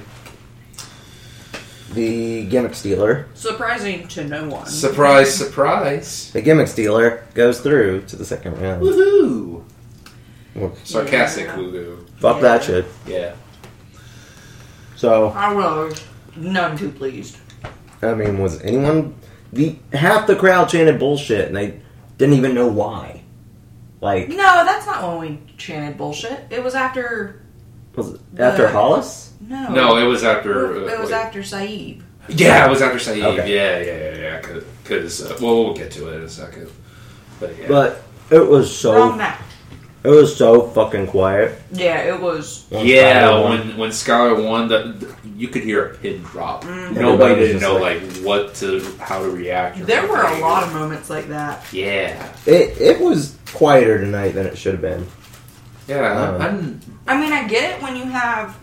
[SPEAKER 1] The gimmick stealer.
[SPEAKER 3] Surprising to no one.
[SPEAKER 2] Surprise, surprise.
[SPEAKER 1] The gimmick stealer goes through to the second round.
[SPEAKER 2] Woohoo!
[SPEAKER 1] Well,
[SPEAKER 2] Sarcastic
[SPEAKER 3] Yeah.
[SPEAKER 2] woohoo.
[SPEAKER 1] fuck that shit.
[SPEAKER 2] Yeah.
[SPEAKER 1] So
[SPEAKER 3] I was none too pleased.
[SPEAKER 1] I mean, was anyone the half the crowd chanted bullshit and they didn't even know why? Like
[SPEAKER 3] No, that's not when we chanted bullshit. It was after
[SPEAKER 1] was it after
[SPEAKER 3] The-
[SPEAKER 1] Hollis?
[SPEAKER 3] no.
[SPEAKER 2] No, it was after.
[SPEAKER 3] Oh. it,
[SPEAKER 2] uh,
[SPEAKER 3] was
[SPEAKER 2] like-
[SPEAKER 3] after Saeed.
[SPEAKER 2] Yeah, it was after Saeed.
[SPEAKER 1] Okay.
[SPEAKER 2] Yeah, yeah, yeah, yeah. Because uh, well, we'll get to it in a second. But yeah,
[SPEAKER 1] But it was
[SPEAKER 3] Wrong
[SPEAKER 1] so
[SPEAKER 3] match.
[SPEAKER 1] it was so fucking quiet.
[SPEAKER 3] Yeah, it was.
[SPEAKER 2] yeah,
[SPEAKER 1] Skylar won.
[SPEAKER 2] when when Skylar won, the, the- you could hear a pin drop.
[SPEAKER 3] Mm.
[SPEAKER 1] Everybody
[SPEAKER 2] Nobody
[SPEAKER 1] was
[SPEAKER 2] didn't
[SPEAKER 1] just
[SPEAKER 2] know
[SPEAKER 1] like-
[SPEAKER 2] like, what to how to react. or
[SPEAKER 3] There were a
[SPEAKER 2] anything.
[SPEAKER 3] lot of moments like that.
[SPEAKER 2] yeah,
[SPEAKER 1] It it was quieter tonight than it should have been.
[SPEAKER 2] yeah.
[SPEAKER 1] Uh,
[SPEAKER 2] I'm,
[SPEAKER 3] I mean, I get it when you have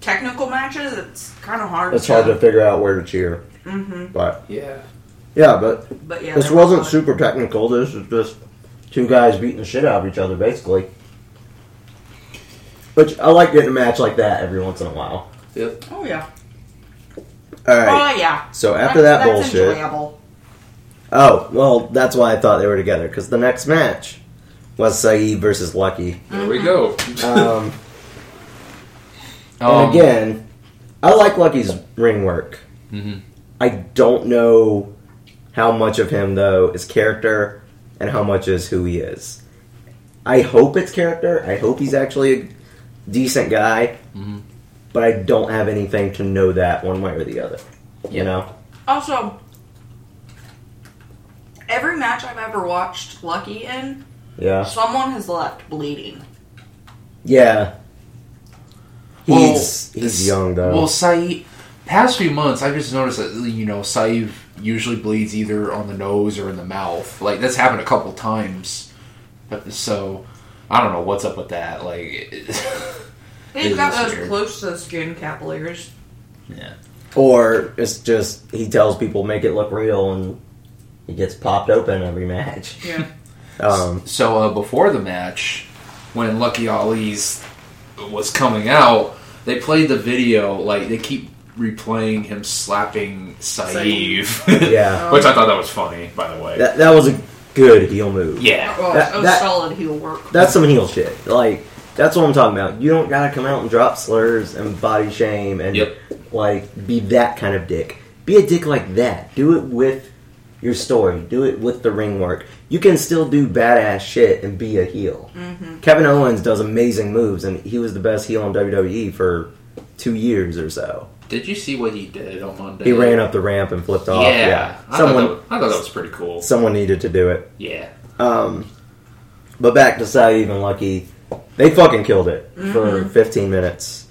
[SPEAKER 3] technical matches. It's kind of hard. Mm-hmm.
[SPEAKER 1] It's hard to figure out where to cheer. But
[SPEAKER 2] yeah,
[SPEAKER 1] yeah, but
[SPEAKER 3] But yeah,
[SPEAKER 1] this
[SPEAKER 3] there were
[SPEAKER 1] wasn't
[SPEAKER 3] some-
[SPEAKER 1] super technical. This was just two guys beating the shit out of each other, basically. But I like getting a match like that every once in a while.
[SPEAKER 2] yep.
[SPEAKER 3] Oh yeah.
[SPEAKER 1] All right.
[SPEAKER 3] Oh yeah.
[SPEAKER 1] So after that
[SPEAKER 3] that's
[SPEAKER 1] bullshit,
[SPEAKER 3] enjoyable.
[SPEAKER 1] oh well, that's why I thought they were together because the next match was Saeed versus Lucky.
[SPEAKER 2] There we go.
[SPEAKER 1] Um, and
[SPEAKER 2] Um,
[SPEAKER 1] again, I like Lucky's ring work.
[SPEAKER 2] mhm.
[SPEAKER 1] I don't know how much of him though is character and how much is who he is. I hope it's character. I hope he's actually a decent guy.
[SPEAKER 2] Mhm.
[SPEAKER 1] But I don't have anything to know that one way or the other. You
[SPEAKER 2] Yeah.
[SPEAKER 1] know?
[SPEAKER 3] Also, every match I've ever watched Lucky in,
[SPEAKER 1] Yeah.
[SPEAKER 3] someone has left bleeding.
[SPEAKER 1] Yeah.
[SPEAKER 2] Well,
[SPEAKER 1] He's he's
[SPEAKER 2] this-
[SPEAKER 1] young though.
[SPEAKER 2] Well, Saeed, past few months, I've just noticed that you know Saeed usually bleeds either on the nose or in the mouth. Like that's happened a couple times. But- So I don't know what's up with that. Like,
[SPEAKER 3] He's got
[SPEAKER 2] This is
[SPEAKER 3] those
[SPEAKER 2] weird.
[SPEAKER 3] close to the skin capillaries.
[SPEAKER 2] yeah,
[SPEAKER 1] or it's just he tells people make it look real and he gets popped open every match.
[SPEAKER 3] Yeah.
[SPEAKER 1] Um
[SPEAKER 2] So uh, before the match, when Lucky Ali's was coming out, they played the video. Like they keep replaying him slapping Saif,
[SPEAKER 1] Yeah.
[SPEAKER 2] which I thought that was funny. By the way,
[SPEAKER 1] that, that was a good heel move.
[SPEAKER 2] yeah,
[SPEAKER 3] Well,
[SPEAKER 1] That-
[SPEAKER 3] that, was
[SPEAKER 1] that-
[SPEAKER 3] Oh, solid heel work.
[SPEAKER 1] That's some heel shit. Like that's what I'm talking about. You don't gotta come out and drop slurs and body shame and
[SPEAKER 2] Yep.
[SPEAKER 1] like be that kind of dick. Be a dick like that. Do it with your story. Do it with the ring work. You can still do badass shit and be a heel. Kevin Owens does amazing moves, and he was the best heel in WWE for two years or so.
[SPEAKER 2] Did you see what he did on Monday?
[SPEAKER 1] He ran up the ramp and flipped off.
[SPEAKER 2] Yeah,
[SPEAKER 1] Yeah,
[SPEAKER 2] I,
[SPEAKER 1] someone
[SPEAKER 2] thought that, I thought that was pretty cool.
[SPEAKER 1] someone needed to do it.
[SPEAKER 2] Yeah,
[SPEAKER 1] Um, but back to Saeed and Lucky, they fucking killed it for 15 minutes.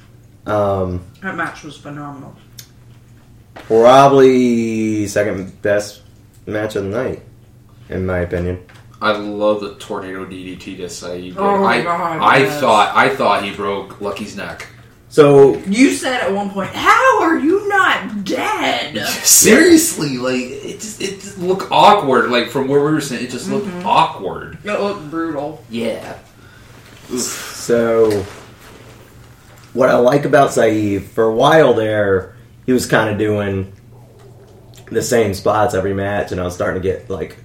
[SPEAKER 1] Um,
[SPEAKER 3] That match was phenomenal.
[SPEAKER 1] probably second best match of the night, in my opinion.
[SPEAKER 2] I love the tornado DDT to Saeed. did.
[SPEAKER 3] Oh my
[SPEAKER 2] I,
[SPEAKER 3] God,
[SPEAKER 2] I
[SPEAKER 3] yes.
[SPEAKER 2] thought I thought he broke Lucky's neck.
[SPEAKER 1] So
[SPEAKER 3] You said at one point, "How are you not dead?"
[SPEAKER 2] Seriously, like it just it just looked awkward. Like from where we were sitting, it just looked
[SPEAKER 3] Mm-hmm.
[SPEAKER 2] awkward.
[SPEAKER 3] It looked brutal.
[SPEAKER 2] Yeah.
[SPEAKER 1] So, what I like about Saeed, for a while there, he was kind of doing the same spots every match, and I was starting to get like,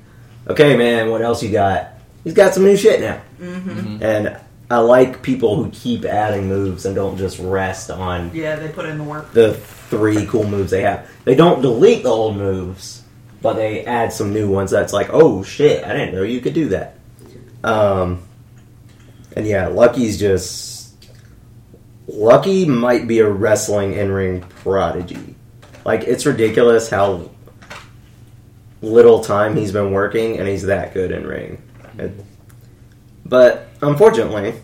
[SPEAKER 1] okay, man, what else you got? He's got some new shit now.
[SPEAKER 3] Mm-hmm.
[SPEAKER 1] And I like people who keep adding moves and don't just rest on
[SPEAKER 3] Yeah, they put in the work.
[SPEAKER 1] the three cool moves they have. They don't delete the old moves, but they add some new ones that's like, oh shit, I didn't know you could do that. Um, and yeah, Lucky's just. Lucky might be a wrestling in ring prodigy. Like, it's ridiculous how little time he's been working and he's that good in ring. It- but unfortunately,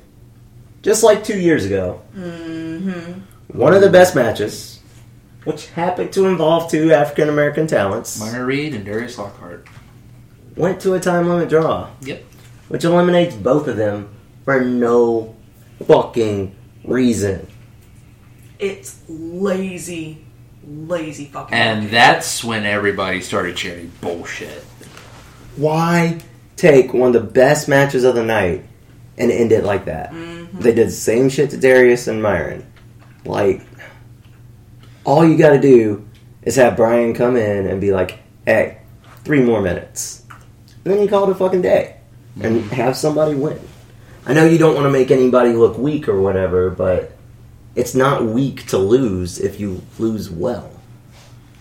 [SPEAKER 1] just like two years ago,
[SPEAKER 3] Mm-hmm.
[SPEAKER 1] one of the best matches, which happened to involve two African American talents,
[SPEAKER 2] Minor Reed and Darius Lockhart.
[SPEAKER 1] went to a time limit draw.
[SPEAKER 2] Yep.
[SPEAKER 1] Which eliminates both of them for no fucking reason.
[SPEAKER 3] It's lazy, lazy fucking.
[SPEAKER 2] And that's when everybody started cheering bullshit.
[SPEAKER 1] Why take one of the best matches of the night and end it like that? They did the same shit to Darius and Myron. Like, all you gotta do is have Brian come in and be like, hey, three more minutes. And then you call it a fucking day and have somebody win. I know you don't want to make anybody look weak or whatever, but It's not weak to lose if you lose well.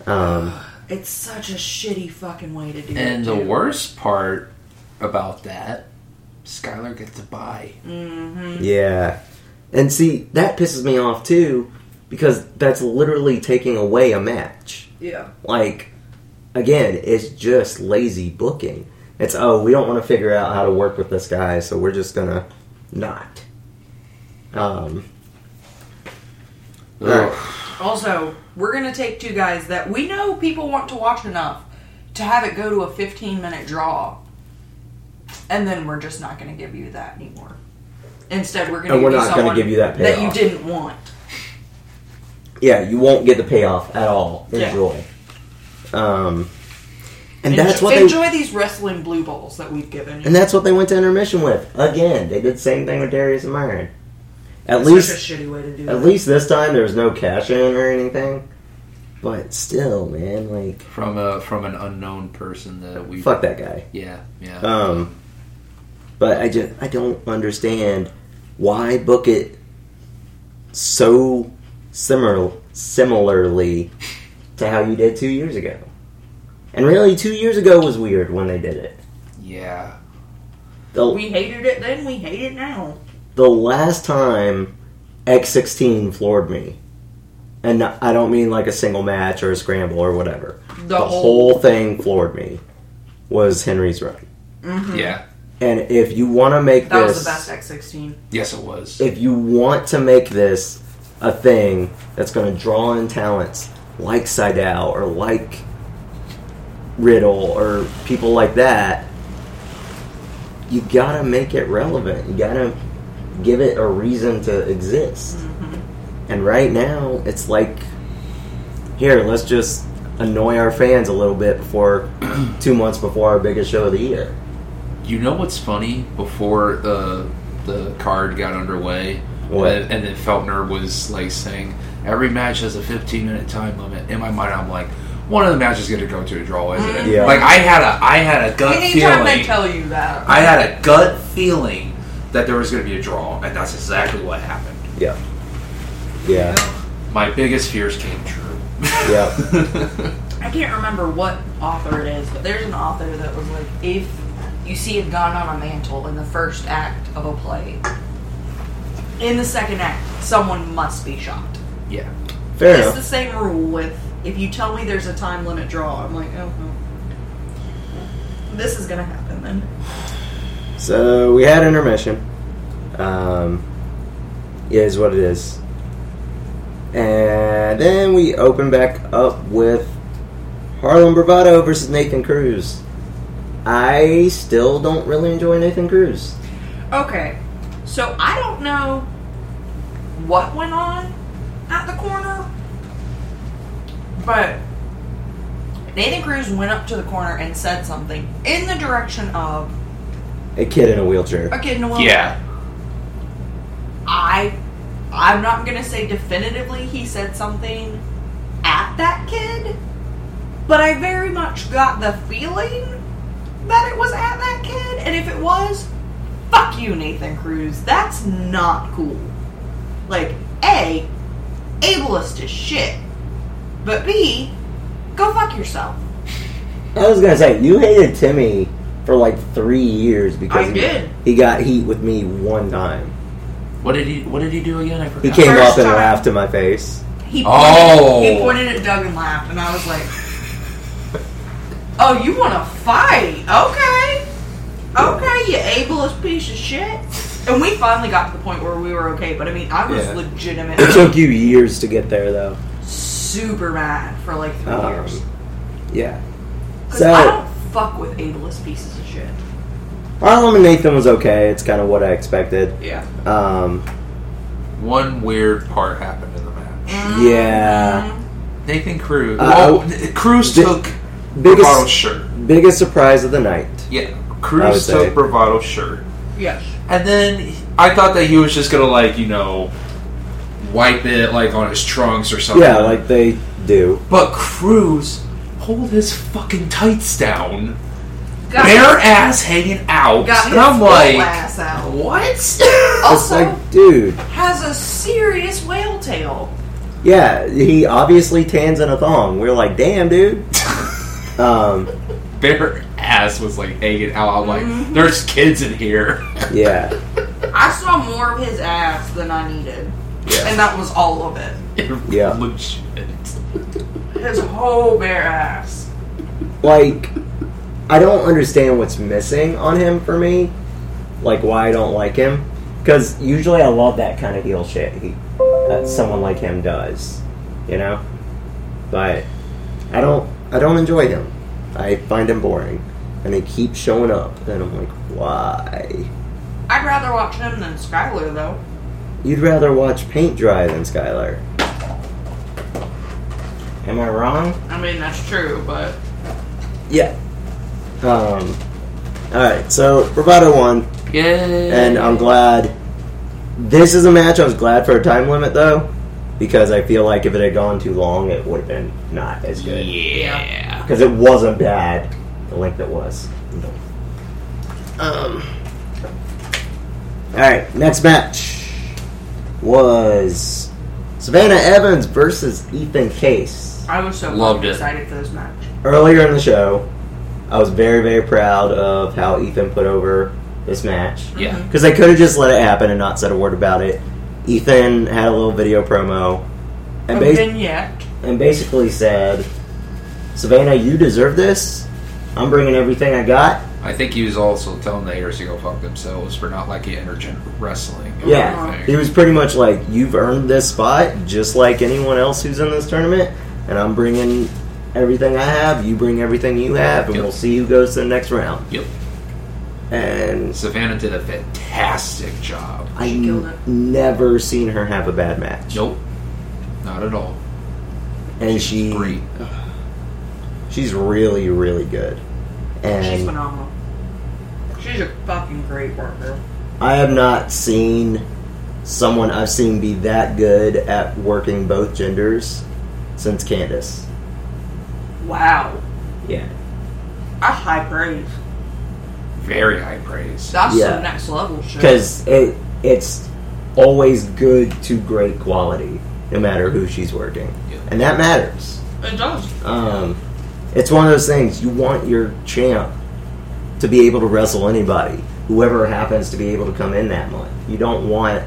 [SPEAKER 1] Um,
[SPEAKER 3] It's such a shitty fucking way to do it.
[SPEAKER 2] And the
[SPEAKER 3] too.
[SPEAKER 2] worst part about that, Skylar gets a buy.
[SPEAKER 3] Mm-hmm.
[SPEAKER 1] Yeah. And see, that pisses me off too, because that's literally taking away a match.
[SPEAKER 3] Yeah.
[SPEAKER 1] Like, again, it's just lazy booking. It's, oh, we don't want to figure out how to work with this guy, so we're just gonna not. Um,
[SPEAKER 2] Ugh.
[SPEAKER 3] Also, we're gonna take two guys that we know people want to watch enough to have it go to a 15 minute draw, and then we're just not gonna give you that anymore. Instead, we're gonna
[SPEAKER 1] And
[SPEAKER 3] give
[SPEAKER 1] we're
[SPEAKER 3] you
[SPEAKER 1] not gonna
[SPEAKER 3] someone
[SPEAKER 1] give you that
[SPEAKER 3] that you
[SPEAKER 1] payoff.
[SPEAKER 3] didn't want.
[SPEAKER 1] yeah, you won't get the payoff at all.
[SPEAKER 3] Yeah.
[SPEAKER 1] Enjoy. Um, and
[SPEAKER 3] Enjoy-
[SPEAKER 1] that's what they
[SPEAKER 3] enjoy these wrestling blue balls that we've given you.
[SPEAKER 1] and that's what they went to intermission with. Again, they did the same thing with Darius and Myron. At
[SPEAKER 3] It's
[SPEAKER 1] least
[SPEAKER 3] such a shitty way to do
[SPEAKER 1] At
[SPEAKER 3] it.
[SPEAKER 1] least this time there was no cash in or anything. But still, man, like
[SPEAKER 2] From a from an unknown person that we
[SPEAKER 1] fuck that guy.
[SPEAKER 2] Yeah,
[SPEAKER 3] Uh,
[SPEAKER 2] yeah.
[SPEAKER 1] Um but I just I don't understand why book it so similar similarly to how you did 2 years ago. And really 2 years ago was weird when they did it.
[SPEAKER 2] yeah.
[SPEAKER 1] The,
[SPEAKER 3] we hated it then, we hate it now.
[SPEAKER 1] the last time X16 floored me. And I don't mean like a single match or a scramble or whatever. the
[SPEAKER 3] The,
[SPEAKER 1] whole thing floored me was Henry's run.
[SPEAKER 2] Yeah.
[SPEAKER 1] And if you want to make
[SPEAKER 3] that
[SPEAKER 1] this,
[SPEAKER 3] was the best X16.
[SPEAKER 2] Yes it was.
[SPEAKER 1] if you want to make this a thing that's going to draw in talents like Seidel or like Riddle or people like that, you gotta make it relevant. You gotta give it a reason to exist. And right now, it's like, here, let's just annoy our fans a little bit before two months before our biggest show of the year.
[SPEAKER 2] You know what's funny? Before the the card got underway,
[SPEAKER 1] What?
[SPEAKER 2] And, and then Feltner was like saying, "Every match has a 15 minute time limit." In my mind, I'm like, "One of the matches is going to go to a draw, isn't it?"
[SPEAKER 1] Hmm. Yeah.
[SPEAKER 2] Like I had a I had a gut feeling.
[SPEAKER 3] Anytime they tell you that,
[SPEAKER 2] I had a gut feeling that there was going to be a draw, and that's exactly what happened.
[SPEAKER 1] Yeah. Yeah.
[SPEAKER 2] My biggest fears came true.
[SPEAKER 1] Yeah.
[SPEAKER 3] I can't remember what author it is, but there's an author that was like, if you see a gun on a mantle in the first act of a play, in the second act, someone must be shot.
[SPEAKER 2] yeah.
[SPEAKER 1] Fair
[SPEAKER 3] It's
[SPEAKER 1] enough.
[SPEAKER 3] the same rule with if you tell me there's a time limit draw, I'm like, oh, no. This is gonna happen then.
[SPEAKER 1] So we had intermission. Um, it is what it is. And then we open back up with Harlem Bravado versus Nathan Cruz. I still don't really enjoy Nathan Cruz.
[SPEAKER 3] Okay, so I don't know what went on at the corner, but Nathan Cruz went up to the corner and said something in the direction of
[SPEAKER 1] A kid in a wheelchair.
[SPEAKER 3] a kid in a wheelchair.
[SPEAKER 2] Yeah.
[SPEAKER 3] I, I'm not gonna say definitively he said something at that kid, but I very much got the feeling that it was at that kid, and if it was, fuck you, Nathan Cruz. That's not cool. Like, A, ableist as shit, but B, go fuck yourself.
[SPEAKER 1] I was gonna say you hated Timmy for like three years because
[SPEAKER 3] I
[SPEAKER 1] he,
[SPEAKER 3] did.
[SPEAKER 1] he got heat with me one time.
[SPEAKER 2] What did he What did he do again? I
[SPEAKER 1] He
[SPEAKER 2] forgot.
[SPEAKER 1] came
[SPEAKER 3] First
[SPEAKER 1] up and
[SPEAKER 3] time.
[SPEAKER 1] laughed in my face.
[SPEAKER 3] He pointed,
[SPEAKER 2] Oh.
[SPEAKER 3] he pointed at Doug and laughed, and I was like, "Oh, you want to fight? Okay, okay, you ableist piece of shit." And we finally got to the point where we were okay, but I mean, I was
[SPEAKER 1] Yeah. It
[SPEAKER 3] legitimately
[SPEAKER 1] took you years to get there though.
[SPEAKER 3] super mad for like three
[SPEAKER 1] Um,
[SPEAKER 3] years
[SPEAKER 1] Yeah.
[SPEAKER 3] because
[SPEAKER 1] So
[SPEAKER 3] I don't fuck with ableist pieces of shit.
[SPEAKER 1] Harlem and Nathan was okay. It's kind of what I expected.
[SPEAKER 3] Yeah,
[SPEAKER 1] Um,
[SPEAKER 2] One weird part happened in the
[SPEAKER 3] Eh.
[SPEAKER 2] match.
[SPEAKER 3] Mm-hmm.
[SPEAKER 1] yeah.
[SPEAKER 2] Nathan Cruz.
[SPEAKER 1] Uh,
[SPEAKER 2] oh, Cruz
[SPEAKER 1] the-
[SPEAKER 2] took Bravado's
[SPEAKER 1] Biggest
[SPEAKER 2] shirt.
[SPEAKER 1] biggest surprise of the night.
[SPEAKER 2] Yeah,
[SPEAKER 1] I would
[SPEAKER 2] Cruz
[SPEAKER 1] say.
[SPEAKER 2] took Bravado's shirt.
[SPEAKER 3] yes.
[SPEAKER 2] And then I thought that he was just gonna like you know wipe it like on his trunks or something.
[SPEAKER 1] Yeah, like they do.
[SPEAKER 2] but Cruz pulled his fucking tights down,
[SPEAKER 3] Got,
[SPEAKER 2] bare ass hanging out,
[SPEAKER 3] got
[SPEAKER 2] and
[SPEAKER 3] his
[SPEAKER 2] I'm
[SPEAKER 3] full
[SPEAKER 2] like,
[SPEAKER 3] ass out.
[SPEAKER 2] what?
[SPEAKER 3] Also,
[SPEAKER 1] like- Dude,
[SPEAKER 3] has a serious whale tail.
[SPEAKER 1] yeah, he obviously tans in a thong. We're like, damn, dude. Um,
[SPEAKER 2] Bare ass was like hanging out. I'm
[SPEAKER 3] Mm-hmm.
[SPEAKER 2] like, there's kids in here.
[SPEAKER 1] yeah,
[SPEAKER 3] I saw more of his ass than I needed, and that was all of it.
[SPEAKER 1] Yeah.
[SPEAKER 2] Legit.
[SPEAKER 3] His whole bare ass.
[SPEAKER 1] like I don't understand what's missing on him for me. Like why I don't like him because usually I love that kind of heel shit. He, that someone like him does, you know. But I don't. I don't enjoy him. I find him boring, and he keeps showing up, and I'm like, why?
[SPEAKER 3] I'd rather watch him than Skylar, though.
[SPEAKER 1] You'd rather watch paint dry than Skylar. Am I wrong?
[SPEAKER 3] I mean, that's true, but
[SPEAKER 1] Yeah. Um. All right. So bravado one,
[SPEAKER 2] Yay.
[SPEAKER 1] and I'm glad. This is a match I was glad for a time limit though, because I feel like if it had gone too long, it would have been not as good.
[SPEAKER 2] Yeah.
[SPEAKER 1] Because it wasn't bad. The length it was. Um. All right. Next match was Savannah Evans versus Ethan Case.
[SPEAKER 3] I was so
[SPEAKER 2] Loved it.
[SPEAKER 3] excited for this match.
[SPEAKER 1] earlier in the show, I was very, very proud of how Ethan put over this match.
[SPEAKER 3] Mm-hmm.
[SPEAKER 2] Yeah.
[SPEAKER 1] Because they could have just let it happen and not said a word about it. Ethan had a little video promo and,
[SPEAKER 3] And
[SPEAKER 1] bas-
[SPEAKER 3] vignette.
[SPEAKER 1] and basically said, Savannah, you deserve this. I'm bringing everything I got.
[SPEAKER 2] I think he was also telling the haters to go fuck themselves for not liking intergender wrestling. and
[SPEAKER 1] Yeah.
[SPEAKER 2] everything.
[SPEAKER 1] He was pretty much like, You've earned this spot just like anyone else who's in this tournament, and I'm bringing everything I have. You bring everything you have, and
[SPEAKER 2] Yep.
[SPEAKER 1] we'll see who goes to the next round.
[SPEAKER 2] Yep.
[SPEAKER 1] And
[SPEAKER 2] Savannah did a fantastic job.
[SPEAKER 1] I
[SPEAKER 3] She killed
[SPEAKER 1] n-
[SPEAKER 3] it.
[SPEAKER 1] never seen her have a bad match.
[SPEAKER 2] Nope. Not at all.
[SPEAKER 1] And
[SPEAKER 2] She's
[SPEAKER 1] she
[SPEAKER 2] great.
[SPEAKER 1] she's really really good.
[SPEAKER 3] She's
[SPEAKER 1] And
[SPEAKER 3] phenomenal. She's a fucking great worker.
[SPEAKER 1] I have not seen someone I've seen be that good at working both genders since Candace.
[SPEAKER 3] Wow.
[SPEAKER 1] Yeah.
[SPEAKER 3] That's high praise.
[SPEAKER 2] Very high praise.
[SPEAKER 3] That's
[SPEAKER 1] Yeah.
[SPEAKER 3] some next level shit.
[SPEAKER 1] Cuz it it's always good to great quality no matter who she's working.
[SPEAKER 2] Yeah.
[SPEAKER 1] And that matters.
[SPEAKER 3] it does.
[SPEAKER 1] Um, it's one of those things you want your champ to be able to wrestle anybody, whoever happens to be able to come in that month. You don't want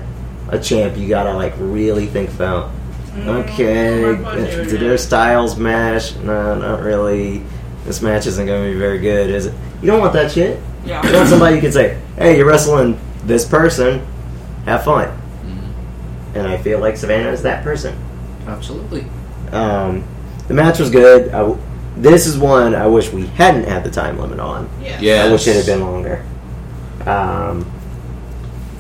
[SPEAKER 1] a champ you gotta like really think about. Okay,
[SPEAKER 3] Mm, I thought you
[SPEAKER 1] did
[SPEAKER 3] were-
[SPEAKER 1] their styles match? No, not really. This match isn't going to be very good, is it? You don't want that shit. You
[SPEAKER 3] Yeah.
[SPEAKER 1] want somebody you can say, "Hey, you're wrestling this person. Have fun."
[SPEAKER 2] Mhm.
[SPEAKER 1] And I feel like Savannah is that person.
[SPEAKER 2] Absolutely.
[SPEAKER 1] Um, the match was good. I w- this is one I wish we hadn't had the time limit on.
[SPEAKER 3] Yes.
[SPEAKER 2] Yeah.
[SPEAKER 1] I wish it had been longer. Um,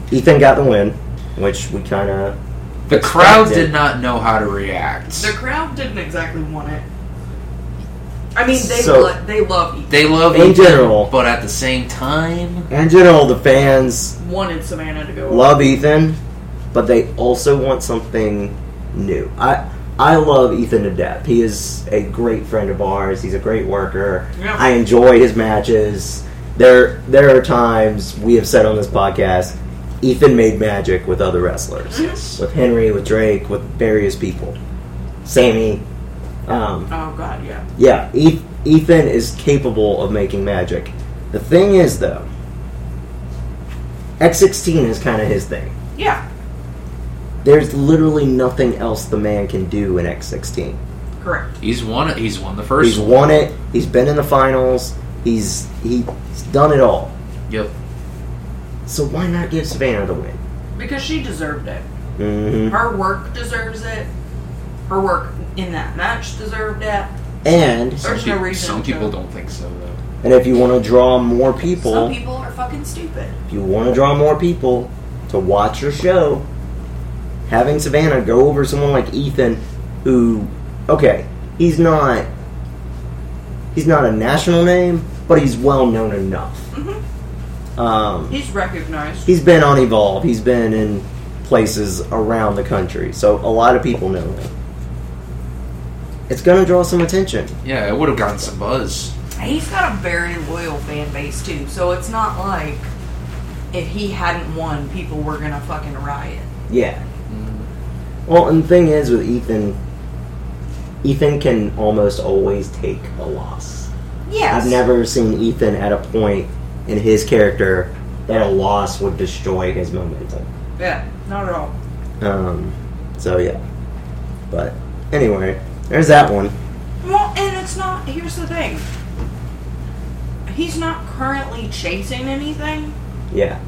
[SPEAKER 1] Ethan got the win, which we kind of
[SPEAKER 2] The crowd
[SPEAKER 1] Expected.
[SPEAKER 2] did not know how to react.
[SPEAKER 3] The crowd didn't exactly want it. I mean, they
[SPEAKER 1] So-
[SPEAKER 3] lo- they love Ethan.
[SPEAKER 2] They love
[SPEAKER 1] In
[SPEAKER 2] Ethan,
[SPEAKER 1] general.
[SPEAKER 2] but at the same time,
[SPEAKER 1] in general the fans
[SPEAKER 3] wanted Savannah to go.
[SPEAKER 1] love Ethan, but they also want something new. I I love Ethan to death. He is a great friend of ours. He's a great worker.
[SPEAKER 3] Yeah.
[SPEAKER 1] I enjoy his matches. There there are times we have said on this podcast, Ethan made magic with other wrestlers.
[SPEAKER 3] Yes.
[SPEAKER 1] With Henry, with Drake, with various people. Sammy. Um,
[SPEAKER 3] Oh god, yeah.
[SPEAKER 1] yeah, Eth- Ethan is capable of making magic. The thing is, though, X16 is kind of his thing.
[SPEAKER 3] Yeah.
[SPEAKER 1] There's literally nothing else the man can do in X16.
[SPEAKER 3] Correct.
[SPEAKER 2] he's won it. He's won the first
[SPEAKER 1] He's
[SPEAKER 2] one.
[SPEAKER 1] won it. He's been in the finals. He's he's done it all.
[SPEAKER 2] Yep.
[SPEAKER 1] So why not give Savannah the win?
[SPEAKER 3] Because she deserved it.
[SPEAKER 1] Mm-hmm.
[SPEAKER 3] Her work deserves it. Her work in that match deserved it.
[SPEAKER 1] And
[SPEAKER 2] Some,
[SPEAKER 3] There's no
[SPEAKER 2] peop-
[SPEAKER 3] reason
[SPEAKER 2] some
[SPEAKER 3] to-
[SPEAKER 2] people don't think so, though.
[SPEAKER 1] and if you want to draw more people,
[SPEAKER 3] Some people are fucking stupid.
[SPEAKER 1] if you want to draw more people to watch your show, having Savannah go over someone like Ethan, who, okay, he's not, he's not a national name, but he's well known enough. Um,
[SPEAKER 3] He's recognized.
[SPEAKER 1] he's been on Evolve. He's been in places around the country, so a lot of people know him. It's gonna draw some attention.
[SPEAKER 2] Yeah, it would have gotten some buzz.
[SPEAKER 3] He's got a very loyal fan base too, so it's not like if he hadn't won, people were gonna fucking riot.
[SPEAKER 1] Yeah.
[SPEAKER 2] Mm-hmm.
[SPEAKER 1] Well, and the thing is with Ethan, Ethan can almost always take a loss.
[SPEAKER 3] Yes.
[SPEAKER 1] I've never seen Ethan at a point in his character that a loss would destroy his momentum.
[SPEAKER 3] Yeah, not at all.
[SPEAKER 1] Um, so yeah. But anyway, there's that one.
[SPEAKER 3] Well, and it's not. Here's the thing. He's not currently chasing anything,
[SPEAKER 1] Yeah.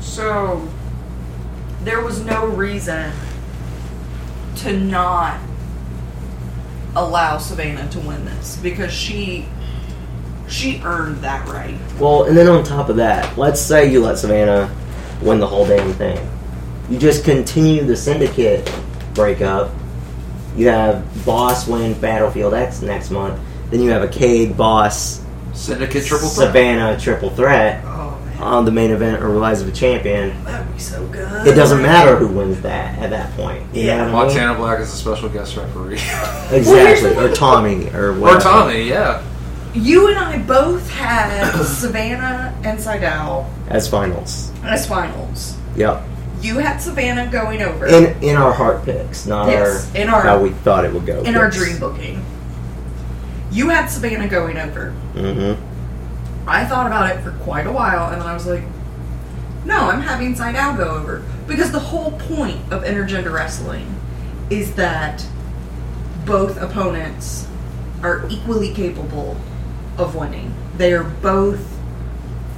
[SPEAKER 3] so there was no reason to not allow Savannah to win this because she she earned that right.
[SPEAKER 1] Well, and then on top of that, let's say you let Savannah win the whole damn thing. You just continue the syndicate breakup. You have Boss win Battlefield X next month. Then you have a Cade Boss
[SPEAKER 2] Syndicate triple threat.
[SPEAKER 1] Savannah triple threat
[SPEAKER 3] Oh man,
[SPEAKER 1] on the main event or Rise of a Champion.
[SPEAKER 3] that'd be so good.
[SPEAKER 1] It doesn't matter who wins that at that point. You
[SPEAKER 3] Yeah.
[SPEAKER 1] know what I mean?
[SPEAKER 2] Montana Black is a special guest referee.
[SPEAKER 1] Exactly. Or Tommy or whatever.
[SPEAKER 2] or Tommy, yeah.
[SPEAKER 3] You and I both had Savannah and Seidel
[SPEAKER 1] As finals.
[SPEAKER 3] as finals.
[SPEAKER 1] Yep.
[SPEAKER 3] You had Savannah going over
[SPEAKER 1] In in our heart picks, not
[SPEAKER 3] Yes,
[SPEAKER 1] our
[SPEAKER 3] in our-
[SPEAKER 1] how we thought it would go.
[SPEAKER 3] in our dream booking. You had Savannah going over.
[SPEAKER 1] Mm-hmm.
[SPEAKER 3] I thought about it for quite a while, and then I was like, no, I'm having Seidel go over. Because the whole point of intergender wrestling is that both opponents are equally capable of winning. They are both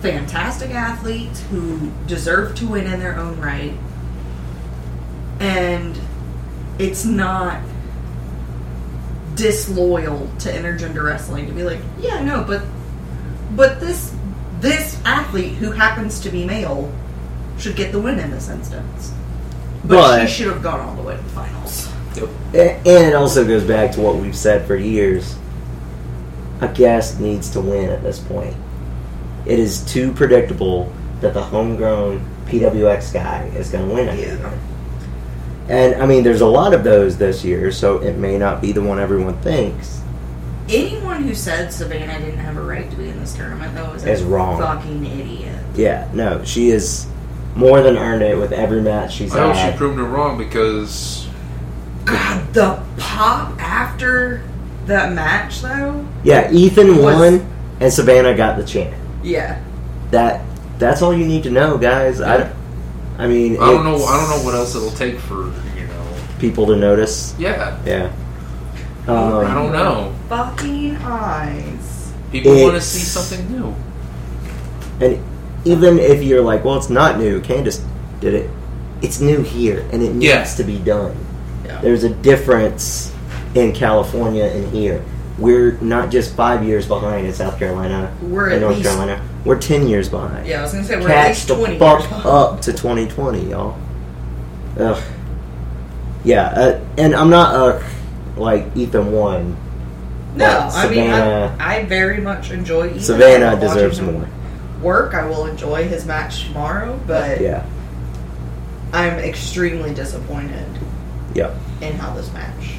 [SPEAKER 3] fantastic athletes who deserve to win in their own right. And it's not disloyal to intergender wrestling to be like, yeah, no, but but this this athlete who happens to be male should get the win in this instance. But,
[SPEAKER 1] But-
[SPEAKER 3] she should have gone all the way to the finals.
[SPEAKER 1] A- And it also goes back to what we've said for years. A guest needs to win at this point. It is too predictable that the homegrown PWX guy is going to win it. And I mean, there's a lot of those this year, so it may not be the one everyone thinks.
[SPEAKER 3] Anyone who said Savannah didn't have a right to be in this tournament, though, is,
[SPEAKER 1] Is
[SPEAKER 3] a
[SPEAKER 1] wrong.
[SPEAKER 3] fucking idiot.
[SPEAKER 1] Yeah, no, she is more than earned it with every match she's
[SPEAKER 2] I hope
[SPEAKER 1] had.
[SPEAKER 2] she proved her wrong because
[SPEAKER 3] God, the pop after that match, though.
[SPEAKER 1] yeah, Ethan
[SPEAKER 3] Was-
[SPEAKER 1] won, and Savannah got the chant.
[SPEAKER 3] Yeah.
[SPEAKER 1] That that's all you need to know, guys.
[SPEAKER 2] Yeah.
[SPEAKER 1] I, I mean,
[SPEAKER 2] I don't know.
[SPEAKER 1] it's
[SPEAKER 2] I don't know what else it'll take for you know.
[SPEAKER 1] people to notice.
[SPEAKER 2] Yeah,
[SPEAKER 1] Yeah.
[SPEAKER 2] I
[SPEAKER 1] Um,
[SPEAKER 2] don't know.
[SPEAKER 3] Fucking eyes.
[SPEAKER 2] People want to
[SPEAKER 1] It's-
[SPEAKER 2] see something new.
[SPEAKER 1] and even if you're like, well, it's not new. Candace did it. It's new here, and it needs
[SPEAKER 2] Yeah.
[SPEAKER 1] to be done.
[SPEAKER 3] Yeah.
[SPEAKER 1] There's a difference in California and here. We're not just five years behind in South Carolina
[SPEAKER 3] We're
[SPEAKER 1] and
[SPEAKER 3] at
[SPEAKER 1] North
[SPEAKER 3] least-
[SPEAKER 1] Carolina. We're ten years behind.
[SPEAKER 3] Yeah, I was gonna say we're at
[SPEAKER 1] Catch
[SPEAKER 3] least
[SPEAKER 1] the
[SPEAKER 3] twenty.
[SPEAKER 1] fuck
[SPEAKER 3] years.
[SPEAKER 1] up to 2020, y'all. Ugh. Yeah, uh, and I'm not uh, like Ethan one.
[SPEAKER 3] No,
[SPEAKER 1] But
[SPEAKER 3] I mean
[SPEAKER 1] Savannah-
[SPEAKER 3] I, I very much enjoy. Ethan. I
[SPEAKER 1] Savannah
[SPEAKER 3] love watching
[SPEAKER 1] deserves
[SPEAKER 3] him
[SPEAKER 1] more.
[SPEAKER 3] Work. I will enjoy his match tomorrow, but
[SPEAKER 1] Yeah,
[SPEAKER 3] I'm extremely disappointed
[SPEAKER 1] yeah.
[SPEAKER 3] in how this match.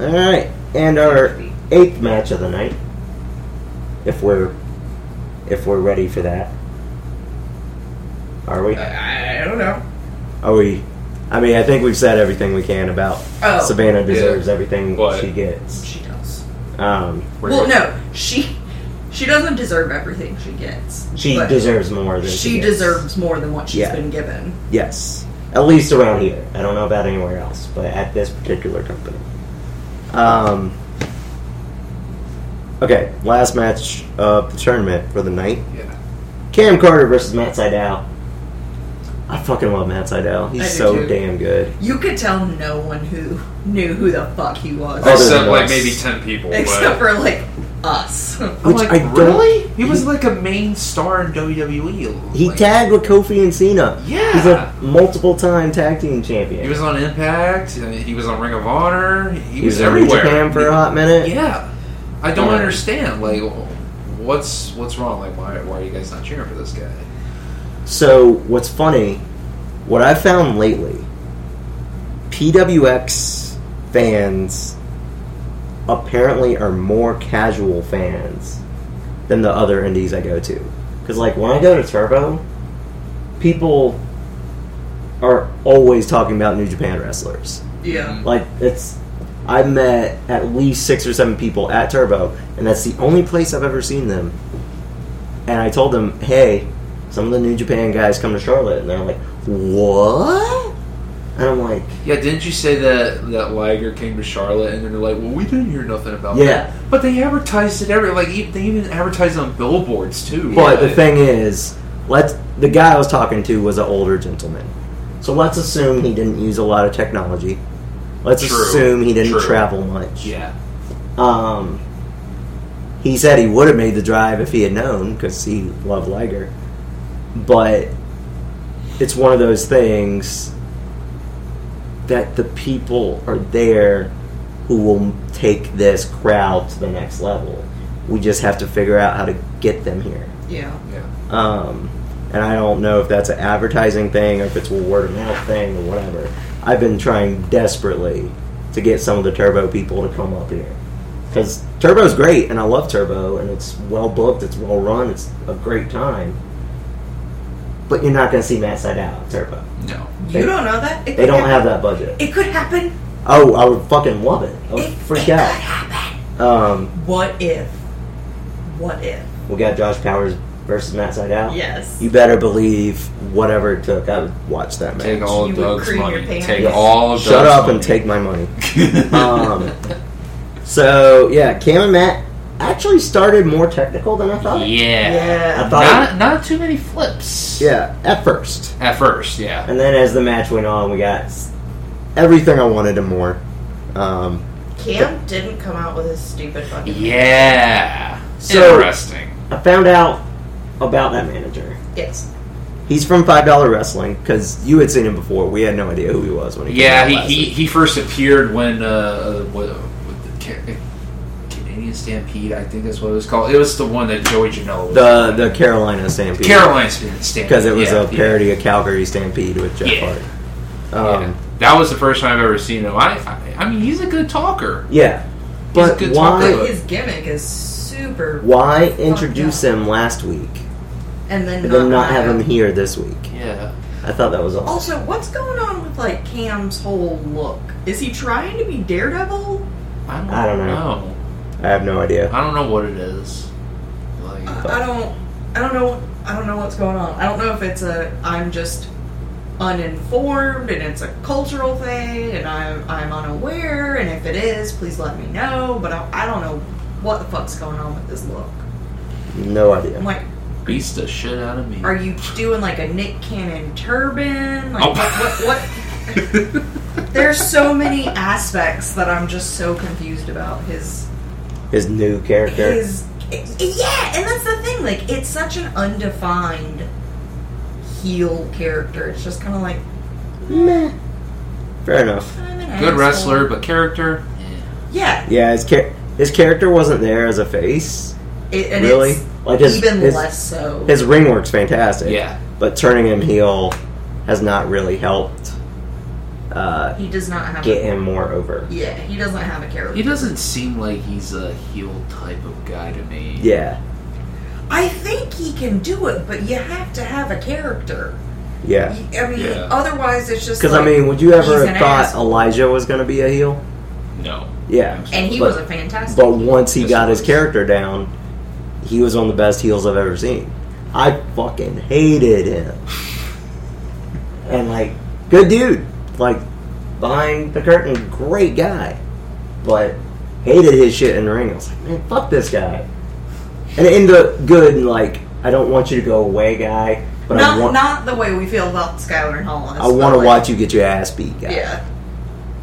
[SPEAKER 1] All right, and our eighth match of the night, if we're if we're ready for that. Are we?
[SPEAKER 3] I, I don't know.
[SPEAKER 1] Are we? I mean, I think we've said everything we can about
[SPEAKER 3] Oh.
[SPEAKER 1] Savannah deserves
[SPEAKER 2] Yeah.
[SPEAKER 1] everything
[SPEAKER 2] But-
[SPEAKER 1] she gets.
[SPEAKER 3] She does.
[SPEAKER 1] Um,
[SPEAKER 2] We're
[SPEAKER 3] well,
[SPEAKER 2] gonna-
[SPEAKER 3] no, she she doesn't deserve everything she gets.
[SPEAKER 1] she
[SPEAKER 3] but
[SPEAKER 1] deserves more than
[SPEAKER 3] She,
[SPEAKER 1] she, gets.
[SPEAKER 3] deserves more than what she's
[SPEAKER 1] Yeah.
[SPEAKER 3] been given.
[SPEAKER 1] Yes. At least around here. I don't know about anywhere else, but at this particular company. Um, okay, last match of the tournament for the night.
[SPEAKER 2] Yeah.
[SPEAKER 1] Cam Carter versus Matt Seidel. I fucking love Matt Seidel.
[SPEAKER 3] I
[SPEAKER 1] He's
[SPEAKER 3] do
[SPEAKER 1] so
[SPEAKER 3] too.
[SPEAKER 1] damn good.
[SPEAKER 3] You could tell no one who knew who the fuck he was,
[SPEAKER 1] Other than
[SPEAKER 2] Except like
[SPEAKER 1] us.
[SPEAKER 2] maybe ten people.
[SPEAKER 3] except for like us.
[SPEAKER 2] but,
[SPEAKER 1] Which
[SPEAKER 2] I'm
[SPEAKER 1] I
[SPEAKER 2] like,
[SPEAKER 1] don't-
[SPEAKER 2] really? He was like a main star in WWE.
[SPEAKER 1] He
[SPEAKER 2] like-
[SPEAKER 1] tagged with Kofi and Cena.
[SPEAKER 2] Yeah.
[SPEAKER 1] He's a multiple time tag team champion.
[SPEAKER 2] He was on Impact. and He was on Ring of Honor. He,
[SPEAKER 1] He
[SPEAKER 2] was,
[SPEAKER 1] was in New
[SPEAKER 2] everywhere.
[SPEAKER 1] Japan for a hot minute.
[SPEAKER 2] Yeah, I don't
[SPEAKER 1] Yeah.
[SPEAKER 2] understand. Like, what's what's wrong? Like, why why are you guys not cheering for this guy?
[SPEAKER 1] So what's funny, what I've found lately, PWX fans apparently are more casual fans than the other indies I go to. Because like when I go to Turbo, people are always talking about New Japan wrestlers.
[SPEAKER 3] Yeah.
[SPEAKER 1] Like it's, I met at least six or seven people at Turbo, and that's the only place I've ever seen them. And I told them, hey, some of the New Japan guys come to Charlotte, and they're like, what? And I'm like,
[SPEAKER 2] Yeah, didn't you say that that Liger came to Charlotte and then they're like, "Well, we didn't hear nothing about
[SPEAKER 1] Yeah.
[SPEAKER 2] that." But they advertised it every like e- they even advertised on billboards too.
[SPEAKER 1] But
[SPEAKER 2] Yeah.
[SPEAKER 1] the thing is, let's the guy I was talking to was an older gentleman. So let's assume he didn't use a lot of technology. Let's
[SPEAKER 2] True.
[SPEAKER 1] assume he didn't
[SPEAKER 2] True.
[SPEAKER 1] travel much.
[SPEAKER 2] yeah,
[SPEAKER 1] Um, he said he would have made the drive if he had known because he loved Liger. But it's one of those things that the people are there who will take this crowd to the next level. We just have to figure out how to get them here.
[SPEAKER 3] Yeah.
[SPEAKER 2] yeah.
[SPEAKER 1] Um, and I don't know if that's an advertising thing or if it's a word of mouth thing or whatever. I've been trying desperately to get some of the Turbo people to come up here. Because Turbo's great, and I love Turbo, and it's well booked, it's well run, it's a great time. But you're not going to see Matt Side out at Turbo.
[SPEAKER 2] No,
[SPEAKER 1] They-
[SPEAKER 3] You don't know that? It
[SPEAKER 1] They
[SPEAKER 3] could
[SPEAKER 1] don't have
[SPEAKER 3] happen.
[SPEAKER 1] that budget.
[SPEAKER 3] It could happen.
[SPEAKER 1] Oh, I would fucking love it. I would
[SPEAKER 3] It,
[SPEAKER 1] Oh, freak
[SPEAKER 3] it could
[SPEAKER 1] out.
[SPEAKER 3] happen.
[SPEAKER 1] Um,
[SPEAKER 3] What if? What if?
[SPEAKER 1] we got Josh Powers versus Matt Side out.
[SPEAKER 3] Yes.
[SPEAKER 1] You better believe whatever it took, I would watch that match.
[SPEAKER 2] take all
[SPEAKER 3] You
[SPEAKER 2] of
[SPEAKER 3] would
[SPEAKER 2] Doug's
[SPEAKER 3] cream your
[SPEAKER 2] money.
[SPEAKER 3] pants.
[SPEAKER 2] Take
[SPEAKER 1] Yes.
[SPEAKER 2] all. Of
[SPEAKER 1] Shut
[SPEAKER 2] Doug's
[SPEAKER 1] up
[SPEAKER 2] money.
[SPEAKER 1] and take my money.
[SPEAKER 2] take.
[SPEAKER 1] Um, so yeah, Cam and Matt actually started more technical than I
[SPEAKER 2] yeah,
[SPEAKER 1] thought. I thought.
[SPEAKER 2] Not not too many flips.
[SPEAKER 1] yeah, at first,
[SPEAKER 2] At first, yeah.
[SPEAKER 1] and then as the match went on, we got s- everything I wanted and more. Um,
[SPEAKER 3] Cam didn't come out with his stupid fucking.
[SPEAKER 2] Yeah.
[SPEAKER 1] So-
[SPEAKER 2] Interesting.
[SPEAKER 1] I found out about that manager.
[SPEAKER 3] Yes.
[SPEAKER 1] He's from Five Dollar Wrestling because you had seen him before. We had no idea who he was when he came
[SPEAKER 2] Yeah,
[SPEAKER 1] out
[SPEAKER 2] he,
[SPEAKER 1] last
[SPEAKER 2] he,
[SPEAKER 1] week.
[SPEAKER 2] he first appeared when uh, what, what the Ca- uh, Canadian Stampede, I think that's what it was called. It was the one that Joey Janela was
[SPEAKER 1] the the Carolina Stampede
[SPEAKER 2] Carolina Stampede
[SPEAKER 1] because it was
[SPEAKER 2] yeah,
[SPEAKER 1] a parody of Calgary Stampede with Jeff
[SPEAKER 2] Yeah. Yeah,
[SPEAKER 1] Hart. Um,
[SPEAKER 2] yeah. That was the first time I've ever seen him. I I, I mean, he's a good talker.
[SPEAKER 1] yeah.
[SPEAKER 2] He's a
[SPEAKER 1] But
[SPEAKER 2] good
[SPEAKER 1] why
[SPEAKER 2] talker.
[SPEAKER 3] His gimmick is super.
[SPEAKER 1] Why introduce him last week
[SPEAKER 3] And then
[SPEAKER 1] and
[SPEAKER 3] not,
[SPEAKER 1] then not have him
[SPEAKER 3] him.
[SPEAKER 1] here this week?
[SPEAKER 2] Yeah,
[SPEAKER 1] I thought that was all.
[SPEAKER 3] Also, what's going on with like Cam's whole look? Is he trying to be Daredevil?
[SPEAKER 2] I don't,
[SPEAKER 1] I don't know.
[SPEAKER 2] know.
[SPEAKER 1] I have no idea.
[SPEAKER 2] I don't know what it is. Like,
[SPEAKER 3] I I don't. I don't know. I don't know what's going on. I don't know if it's a. I'm just uninformed, and it's a cultural thing, and I'm I'm unaware. And if it is, please let me know. But I, I don't know what the fuck's going on with this look.
[SPEAKER 1] No
[SPEAKER 3] I'm
[SPEAKER 1] idea.
[SPEAKER 3] like,
[SPEAKER 2] beats the shit out of me.
[SPEAKER 3] are you doing like a Nick Cannon turban? Like
[SPEAKER 2] Oh.
[SPEAKER 3] what? What? what? There's so many aspects that I'm just so confused about his
[SPEAKER 1] His new character.
[SPEAKER 3] his yeah, and that's the thing. Like it's such an undefined heel character. It's just kind of like
[SPEAKER 1] Meh. Fair enough.
[SPEAKER 3] I'm an
[SPEAKER 2] good
[SPEAKER 3] asshole.
[SPEAKER 2] wrestler, but character.
[SPEAKER 3] Yeah,
[SPEAKER 1] Yeah, his char- his character wasn't there as a face.
[SPEAKER 3] it, and
[SPEAKER 1] really?
[SPEAKER 3] it's
[SPEAKER 1] like his
[SPEAKER 3] even
[SPEAKER 1] his,
[SPEAKER 3] less so.
[SPEAKER 1] his ring work's fantastic.
[SPEAKER 2] Yeah,
[SPEAKER 1] But turning him heel has not really helped uh,
[SPEAKER 3] he does not have.
[SPEAKER 1] get
[SPEAKER 3] a,
[SPEAKER 1] him more over.
[SPEAKER 3] Yeah, he doesn't have a character.
[SPEAKER 2] he doesn't seem like he's a heel type of guy to me.
[SPEAKER 1] Yeah.
[SPEAKER 3] I think he can do it, but you have to have a character.
[SPEAKER 1] Yeah.
[SPEAKER 3] You- I mean,
[SPEAKER 2] Yeah.
[SPEAKER 3] otherwise it's just
[SPEAKER 1] Because
[SPEAKER 3] like,
[SPEAKER 1] I mean, would you ever
[SPEAKER 3] he's
[SPEAKER 1] have
[SPEAKER 3] an
[SPEAKER 1] thought
[SPEAKER 3] asshole.
[SPEAKER 1] Elijah was going to be a heel?
[SPEAKER 2] No.
[SPEAKER 1] Yeah.
[SPEAKER 3] and he
[SPEAKER 1] but-
[SPEAKER 3] was a fantastic.
[SPEAKER 1] But once he
[SPEAKER 2] Yes,
[SPEAKER 1] got
[SPEAKER 2] it
[SPEAKER 1] his
[SPEAKER 2] was.
[SPEAKER 1] character down, he was one of the best heels I've ever seen. I fucking hated him. And like, good dude. Like, behind the curtain, great guy. But hated his shit in the ring. I was like, man, fuck this guy. And it ended up good and like, I don't want you to go away, guy. But
[SPEAKER 3] not
[SPEAKER 1] I want
[SPEAKER 3] not the way we feel about Skylar and Hollis.
[SPEAKER 1] I want
[SPEAKER 3] but,
[SPEAKER 1] to
[SPEAKER 3] like,
[SPEAKER 1] watch you get your ass beat, guy.
[SPEAKER 3] Yeah.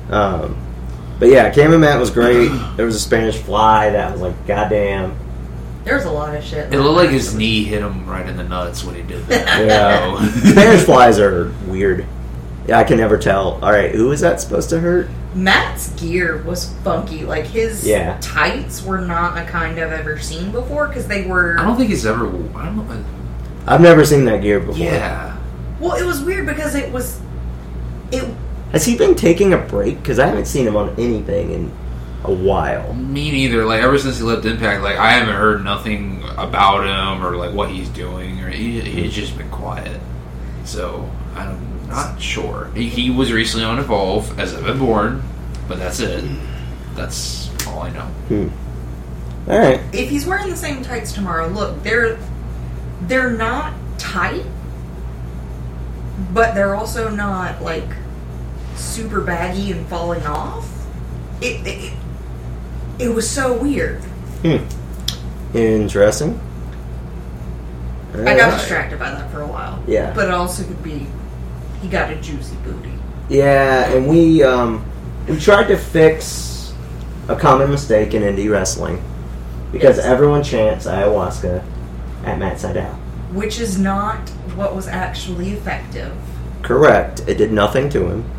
[SPEAKER 1] Um, but yeah, Cam and Matt was great. There was a Spanish fly that was like, goddamn.
[SPEAKER 3] There's a lot of shit.
[SPEAKER 2] It looked like his knee hit him right in the nuts when he did that.
[SPEAKER 1] Yeah.
[SPEAKER 2] So-
[SPEAKER 1] Spanish flies are weird. Yeah, I can never tell. All right, who is that supposed to hurt?
[SPEAKER 3] Matt's gear was funky. Like his
[SPEAKER 1] Yeah.
[SPEAKER 3] tights were not a kind I've ever seen before because they were.
[SPEAKER 2] I don't think he's ever. I don't know.
[SPEAKER 1] I've never seen that gear before.
[SPEAKER 2] Yeah.
[SPEAKER 3] Well, it was weird because it was. It
[SPEAKER 1] Has he been taking a break? Because I haven't seen him on anything in a while.
[SPEAKER 2] Me neither. Like ever since he left Impact, like I haven't heard nothing about him or like what he's doing. Or he, he's just been quiet. So I'm not sure. He, he was recently on Evolve as I've been born, but that's it. That's all I know.
[SPEAKER 1] Hmm. All right.
[SPEAKER 3] If he's wearing the same tights tomorrow, look, they're they're not tight, but they're also not like super baggy and falling off. It it, it was so weird.
[SPEAKER 1] Hmm. Interesting.
[SPEAKER 3] I got
[SPEAKER 1] Alright.
[SPEAKER 3] distracted by that for a while.
[SPEAKER 1] Yeah.
[SPEAKER 3] But it also could be he got a juicy booty.
[SPEAKER 1] Yeah, and we um, we tried to fix a common mistake in indie wrestling because everyone chants ayahuasca at Matt Seidel.
[SPEAKER 3] Which is not what was actually effective.
[SPEAKER 1] Correct. It did nothing to him.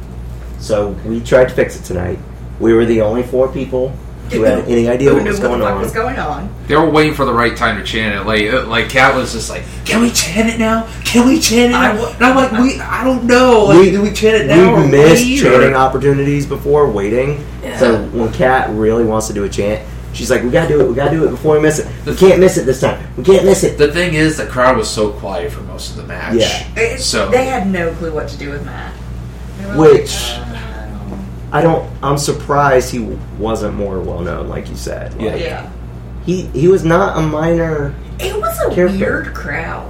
[SPEAKER 1] So we tried to fix it tonight. We were the only four people who had any idea
[SPEAKER 3] Who
[SPEAKER 1] what
[SPEAKER 3] knew
[SPEAKER 1] was
[SPEAKER 3] what
[SPEAKER 1] going
[SPEAKER 3] the fuck
[SPEAKER 1] on.
[SPEAKER 3] was going on?
[SPEAKER 2] They were waiting for the right time to chant it. Like, uh, like Kat was just like, "Can we chant it now? Can we chant it?"
[SPEAKER 3] I
[SPEAKER 2] Now?
[SPEAKER 3] wa-
[SPEAKER 2] And I'm like, "We, I don't know. Like,
[SPEAKER 1] We-
[SPEAKER 2] do we chant it now?
[SPEAKER 1] We've
[SPEAKER 2] or
[SPEAKER 1] missed
[SPEAKER 2] wait, or-
[SPEAKER 1] chanting opportunities before, waiting. So when Kat really wants to do a chant, she's like, "We gotta do it. We gotta do it before we miss it. We can't miss it this time. We can't miss it."
[SPEAKER 2] The thing is, the crowd was so quiet for most of the match.
[SPEAKER 1] Yeah.
[SPEAKER 3] It-
[SPEAKER 2] So
[SPEAKER 3] they had no clue what to do with Matt. They were
[SPEAKER 1] Which-
[SPEAKER 3] like, um,
[SPEAKER 1] I don't. I'm surprised he wasn't more well known, like you said. Like,
[SPEAKER 3] uh, yeah.
[SPEAKER 1] He he was not a minor.
[SPEAKER 3] It was a
[SPEAKER 1] Careful.
[SPEAKER 3] weird crowd.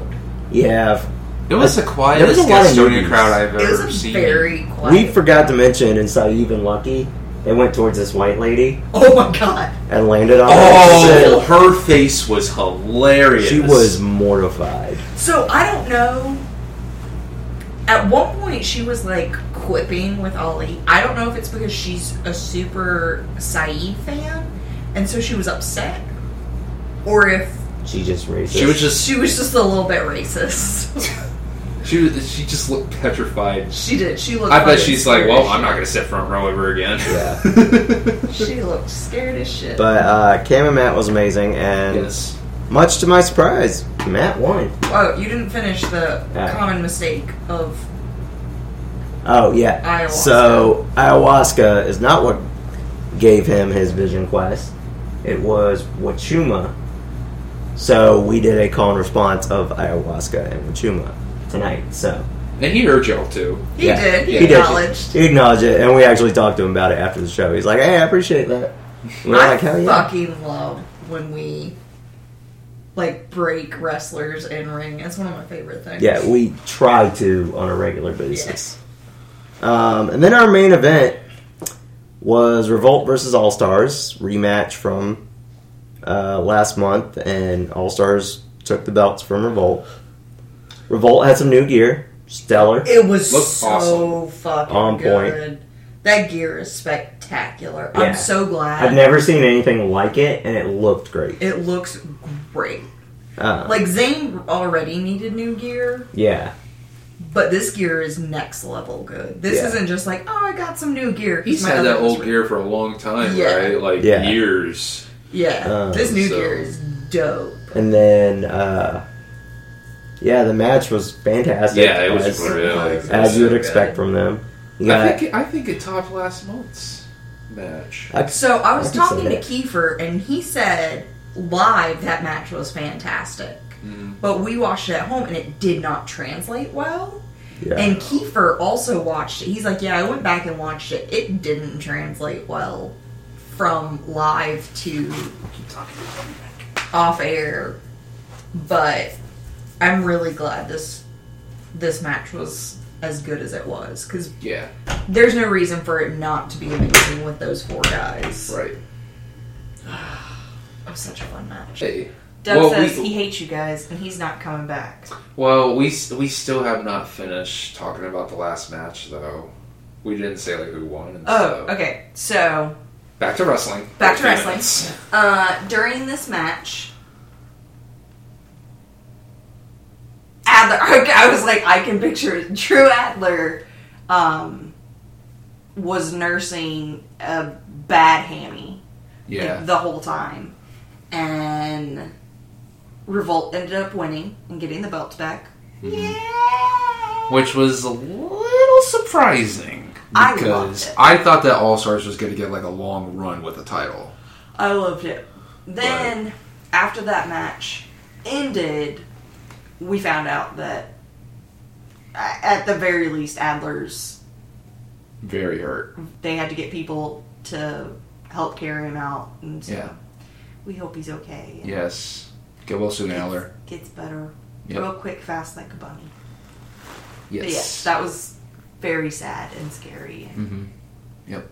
[SPEAKER 1] Yeah.
[SPEAKER 2] it was
[SPEAKER 1] There was
[SPEAKER 2] the
[SPEAKER 1] a
[SPEAKER 2] quietest
[SPEAKER 1] lot of
[SPEAKER 2] Gastonia
[SPEAKER 1] newbies.
[SPEAKER 2] crowd I've
[SPEAKER 3] It was
[SPEAKER 2] ever
[SPEAKER 3] a
[SPEAKER 2] seen.
[SPEAKER 3] very quiet.
[SPEAKER 1] We forgot to mention in Saeed and Lucky, they went towards this white lady
[SPEAKER 3] Oh my god!
[SPEAKER 1] and landed on
[SPEAKER 2] Oh, her face was hilarious.
[SPEAKER 1] her. She was mortified.
[SPEAKER 3] So I don't know. At one point, she was like quipping with Ollie. I don't know if it's because she's a super Saeed fan, and so she was upset, or if
[SPEAKER 1] She just raised.
[SPEAKER 2] She was just.
[SPEAKER 3] she was just a little bit racist.
[SPEAKER 2] She was. She just looked petrified.
[SPEAKER 3] she did. She looked.
[SPEAKER 2] I bet
[SPEAKER 3] fucking
[SPEAKER 2] she's like,
[SPEAKER 3] scared
[SPEAKER 2] "Well,
[SPEAKER 3] as
[SPEAKER 2] I'm not
[SPEAKER 3] shit."
[SPEAKER 2] gonna sit front row ever again."
[SPEAKER 1] Yeah.
[SPEAKER 3] She looked scared as shit.
[SPEAKER 1] But uh, Cam and Matt was amazing, and
[SPEAKER 2] yes.
[SPEAKER 1] much to my surprise, Matt won.
[SPEAKER 3] oh, you didn't finish the
[SPEAKER 1] Yeah.
[SPEAKER 3] common mistake of
[SPEAKER 1] Oh yeah.
[SPEAKER 3] Ayahuasca.
[SPEAKER 1] So ayahuasca is not what gave him his vision quest. It was Wachuma. So we did a call and response of ayahuasca and Wachuma tonight. So
[SPEAKER 2] And he heard y'all too.
[SPEAKER 3] he
[SPEAKER 1] yeah,
[SPEAKER 3] did. He
[SPEAKER 2] he did.
[SPEAKER 3] acknowledged.
[SPEAKER 1] he acknowledged it, and we actually talked to him about it after the show. He's like, "Hey, I appreciate that." And We're
[SPEAKER 3] I
[SPEAKER 1] like, "Hell yeah!"
[SPEAKER 3] fucking love when we like break wrestlers in ring. It's one of my favorite things.
[SPEAKER 1] Yeah, we try to on a regular basis. Um, and then our main event was Revolt versus All Stars rematch from uh, last month, and All Stars took the belts from Revolt. Revolt had some new gear, stellar.
[SPEAKER 3] it was
[SPEAKER 2] Looked
[SPEAKER 3] so
[SPEAKER 2] awesome.
[SPEAKER 3] fucking
[SPEAKER 1] On point.
[SPEAKER 3] good. That gear is spectacular.
[SPEAKER 1] Yeah.
[SPEAKER 3] I'm so glad.
[SPEAKER 1] I've never seen anything like it, and it looked great.
[SPEAKER 3] it looks great.
[SPEAKER 1] Uh,
[SPEAKER 3] Like Zayn already needed new gear,
[SPEAKER 1] yeah,
[SPEAKER 3] but this gear is next level good. This
[SPEAKER 1] Yeah.
[SPEAKER 3] isn't just like oh I got some new gear.
[SPEAKER 2] He's
[SPEAKER 3] My
[SPEAKER 2] had that
[SPEAKER 3] other
[SPEAKER 2] old
[SPEAKER 3] was-
[SPEAKER 2] gear for a long time,
[SPEAKER 3] Yeah.
[SPEAKER 2] right? Like
[SPEAKER 1] Yeah.
[SPEAKER 2] years.
[SPEAKER 3] Yeah,
[SPEAKER 1] Um,
[SPEAKER 3] this new
[SPEAKER 2] so-
[SPEAKER 3] gear is dope.
[SPEAKER 1] and then uh, yeah, the match was fantastic.
[SPEAKER 2] Yeah, it was
[SPEAKER 1] as,
[SPEAKER 2] real. It was
[SPEAKER 1] as you would
[SPEAKER 2] so
[SPEAKER 1] expect from them. You
[SPEAKER 2] bad. I
[SPEAKER 1] got-
[SPEAKER 2] think it, I think it topped last month's match.
[SPEAKER 1] I-
[SPEAKER 3] So I was
[SPEAKER 1] I can say
[SPEAKER 3] talking to
[SPEAKER 1] that.
[SPEAKER 3] Kiefer, and he said live that match was fantastic,
[SPEAKER 2] Mm.
[SPEAKER 3] but we watched it at home, and it did not translate well.
[SPEAKER 1] yeah.
[SPEAKER 3] And Kiefer also watched it. He's like, "Yeah, I went back and watched it. It didn't translate well from live to off air, but I'm really glad this this match was." As good as it was, because
[SPEAKER 2] Yeah.
[SPEAKER 3] there's no reason for it not to be amazing with those four guys.
[SPEAKER 2] Right.
[SPEAKER 3] It was such a fun match.
[SPEAKER 2] Hey.
[SPEAKER 3] Doug
[SPEAKER 2] Well,
[SPEAKER 3] says
[SPEAKER 2] we-
[SPEAKER 3] he hates you guys and he's not coming back.
[SPEAKER 2] Well, we s- we still have not finished talking about the last match though. We didn't say like who won. And
[SPEAKER 3] Oh,
[SPEAKER 2] so.
[SPEAKER 3] okay. So
[SPEAKER 2] Back to wrestling.
[SPEAKER 3] back to
[SPEAKER 2] Fifteen
[SPEAKER 3] wrestling.
[SPEAKER 2] minutes.
[SPEAKER 3] Uh, during this match, Adler. I was like, I can picture it. Drew Adler um, was nursing a bad hammy
[SPEAKER 2] Yeah.
[SPEAKER 3] the whole time, and Revolt ended up winning and getting
[SPEAKER 2] Mm-hmm.
[SPEAKER 3] the belts back. Yeah.
[SPEAKER 2] Which was a little surprising.
[SPEAKER 3] I loved
[SPEAKER 2] because
[SPEAKER 3] it.
[SPEAKER 2] I, thought that All Stars was going to get like a long run with the title.
[SPEAKER 3] I loved it. Then after that match ended, we found out that a- at the very least Adler's
[SPEAKER 2] Very hurt.
[SPEAKER 3] they had to get people to help carry him out and so
[SPEAKER 2] Yeah.
[SPEAKER 3] we hope he's okay. and
[SPEAKER 2] Yes. Get well soon, Aller.
[SPEAKER 3] Gets better.
[SPEAKER 2] Yep.
[SPEAKER 3] Real quick, fast like a bunny. But yes,
[SPEAKER 2] Yes.
[SPEAKER 3] that was very sad and scary. And
[SPEAKER 2] hmm Yep.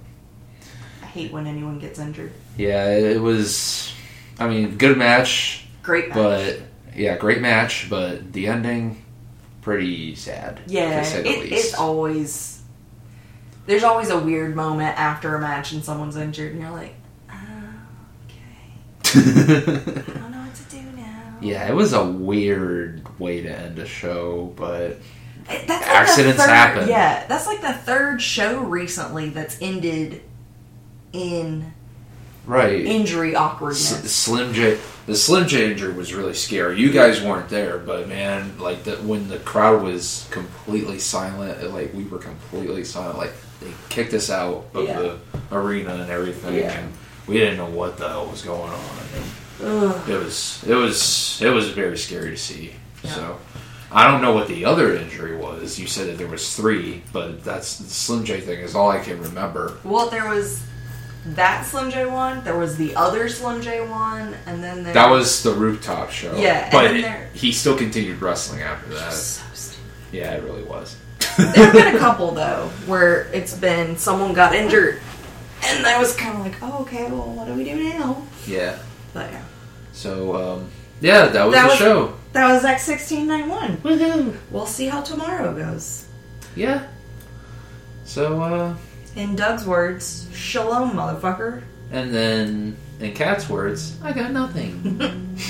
[SPEAKER 3] I hate when anyone gets injured.
[SPEAKER 2] Yeah, it was. I mean, good match,
[SPEAKER 3] Great match.
[SPEAKER 2] but yeah, great match, but the ending, pretty sad.
[SPEAKER 3] Yeah,
[SPEAKER 2] to say the
[SPEAKER 3] it,
[SPEAKER 2] least.
[SPEAKER 3] it's always there's always a weird moment after a match and someone's injured and you're like, oh, okay, I don't know what to do now.
[SPEAKER 2] yeah, it was a weird way to end a show, but
[SPEAKER 3] It- that's
[SPEAKER 2] Accidents
[SPEAKER 3] third,
[SPEAKER 2] happen.
[SPEAKER 3] Yeah, that's like the third show recently that's ended in
[SPEAKER 2] right.
[SPEAKER 3] injury awkwardness.
[SPEAKER 2] S- Slim J, the Slim J injury was really scary. You guys weren't there, but man, like the, when the crowd was completely silent, it, like we were completely silent. Like they kicked us out of
[SPEAKER 3] Yeah.
[SPEAKER 2] the arena and everything,
[SPEAKER 3] Yeah.
[SPEAKER 2] and we didn't know what the hell was going on.
[SPEAKER 3] Ugh.
[SPEAKER 2] And it was, it was, it was very scary to see.
[SPEAKER 3] Yeah.
[SPEAKER 2] So I don't know what the other injury was. You said that there was three, but that's the Slim J thing is all I can remember.
[SPEAKER 3] Well, there was that Slim J one, there was the other Slim J one, and then there
[SPEAKER 2] That was the rooftop show.
[SPEAKER 3] Yeah, and
[SPEAKER 2] but
[SPEAKER 3] then
[SPEAKER 2] it-
[SPEAKER 3] there-
[SPEAKER 2] he still continued wrestling after that.
[SPEAKER 3] so stupid.
[SPEAKER 2] Yeah, it really was.
[SPEAKER 3] There have been a couple though where it's been someone got injured, and I was kind of like, oh okay, well what do we do now?
[SPEAKER 2] yeah.
[SPEAKER 3] But yeah,
[SPEAKER 2] So um, yeah, that was
[SPEAKER 3] That
[SPEAKER 2] the
[SPEAKER 3] was-
[SPEAKER 2] show.
[SPEAKER 3] that was X sixteen nine one.
[SPEAKER 2] Woohoo!
[SPEAKER 3] We'll see how tomorrow goes.
[SPEAKER 2] Yeah. So uh,
[SPEAKER 3] In Doug's words, shalom, motherfucker.
[SPEAKER 2] and then in Cat's words, I got nothing.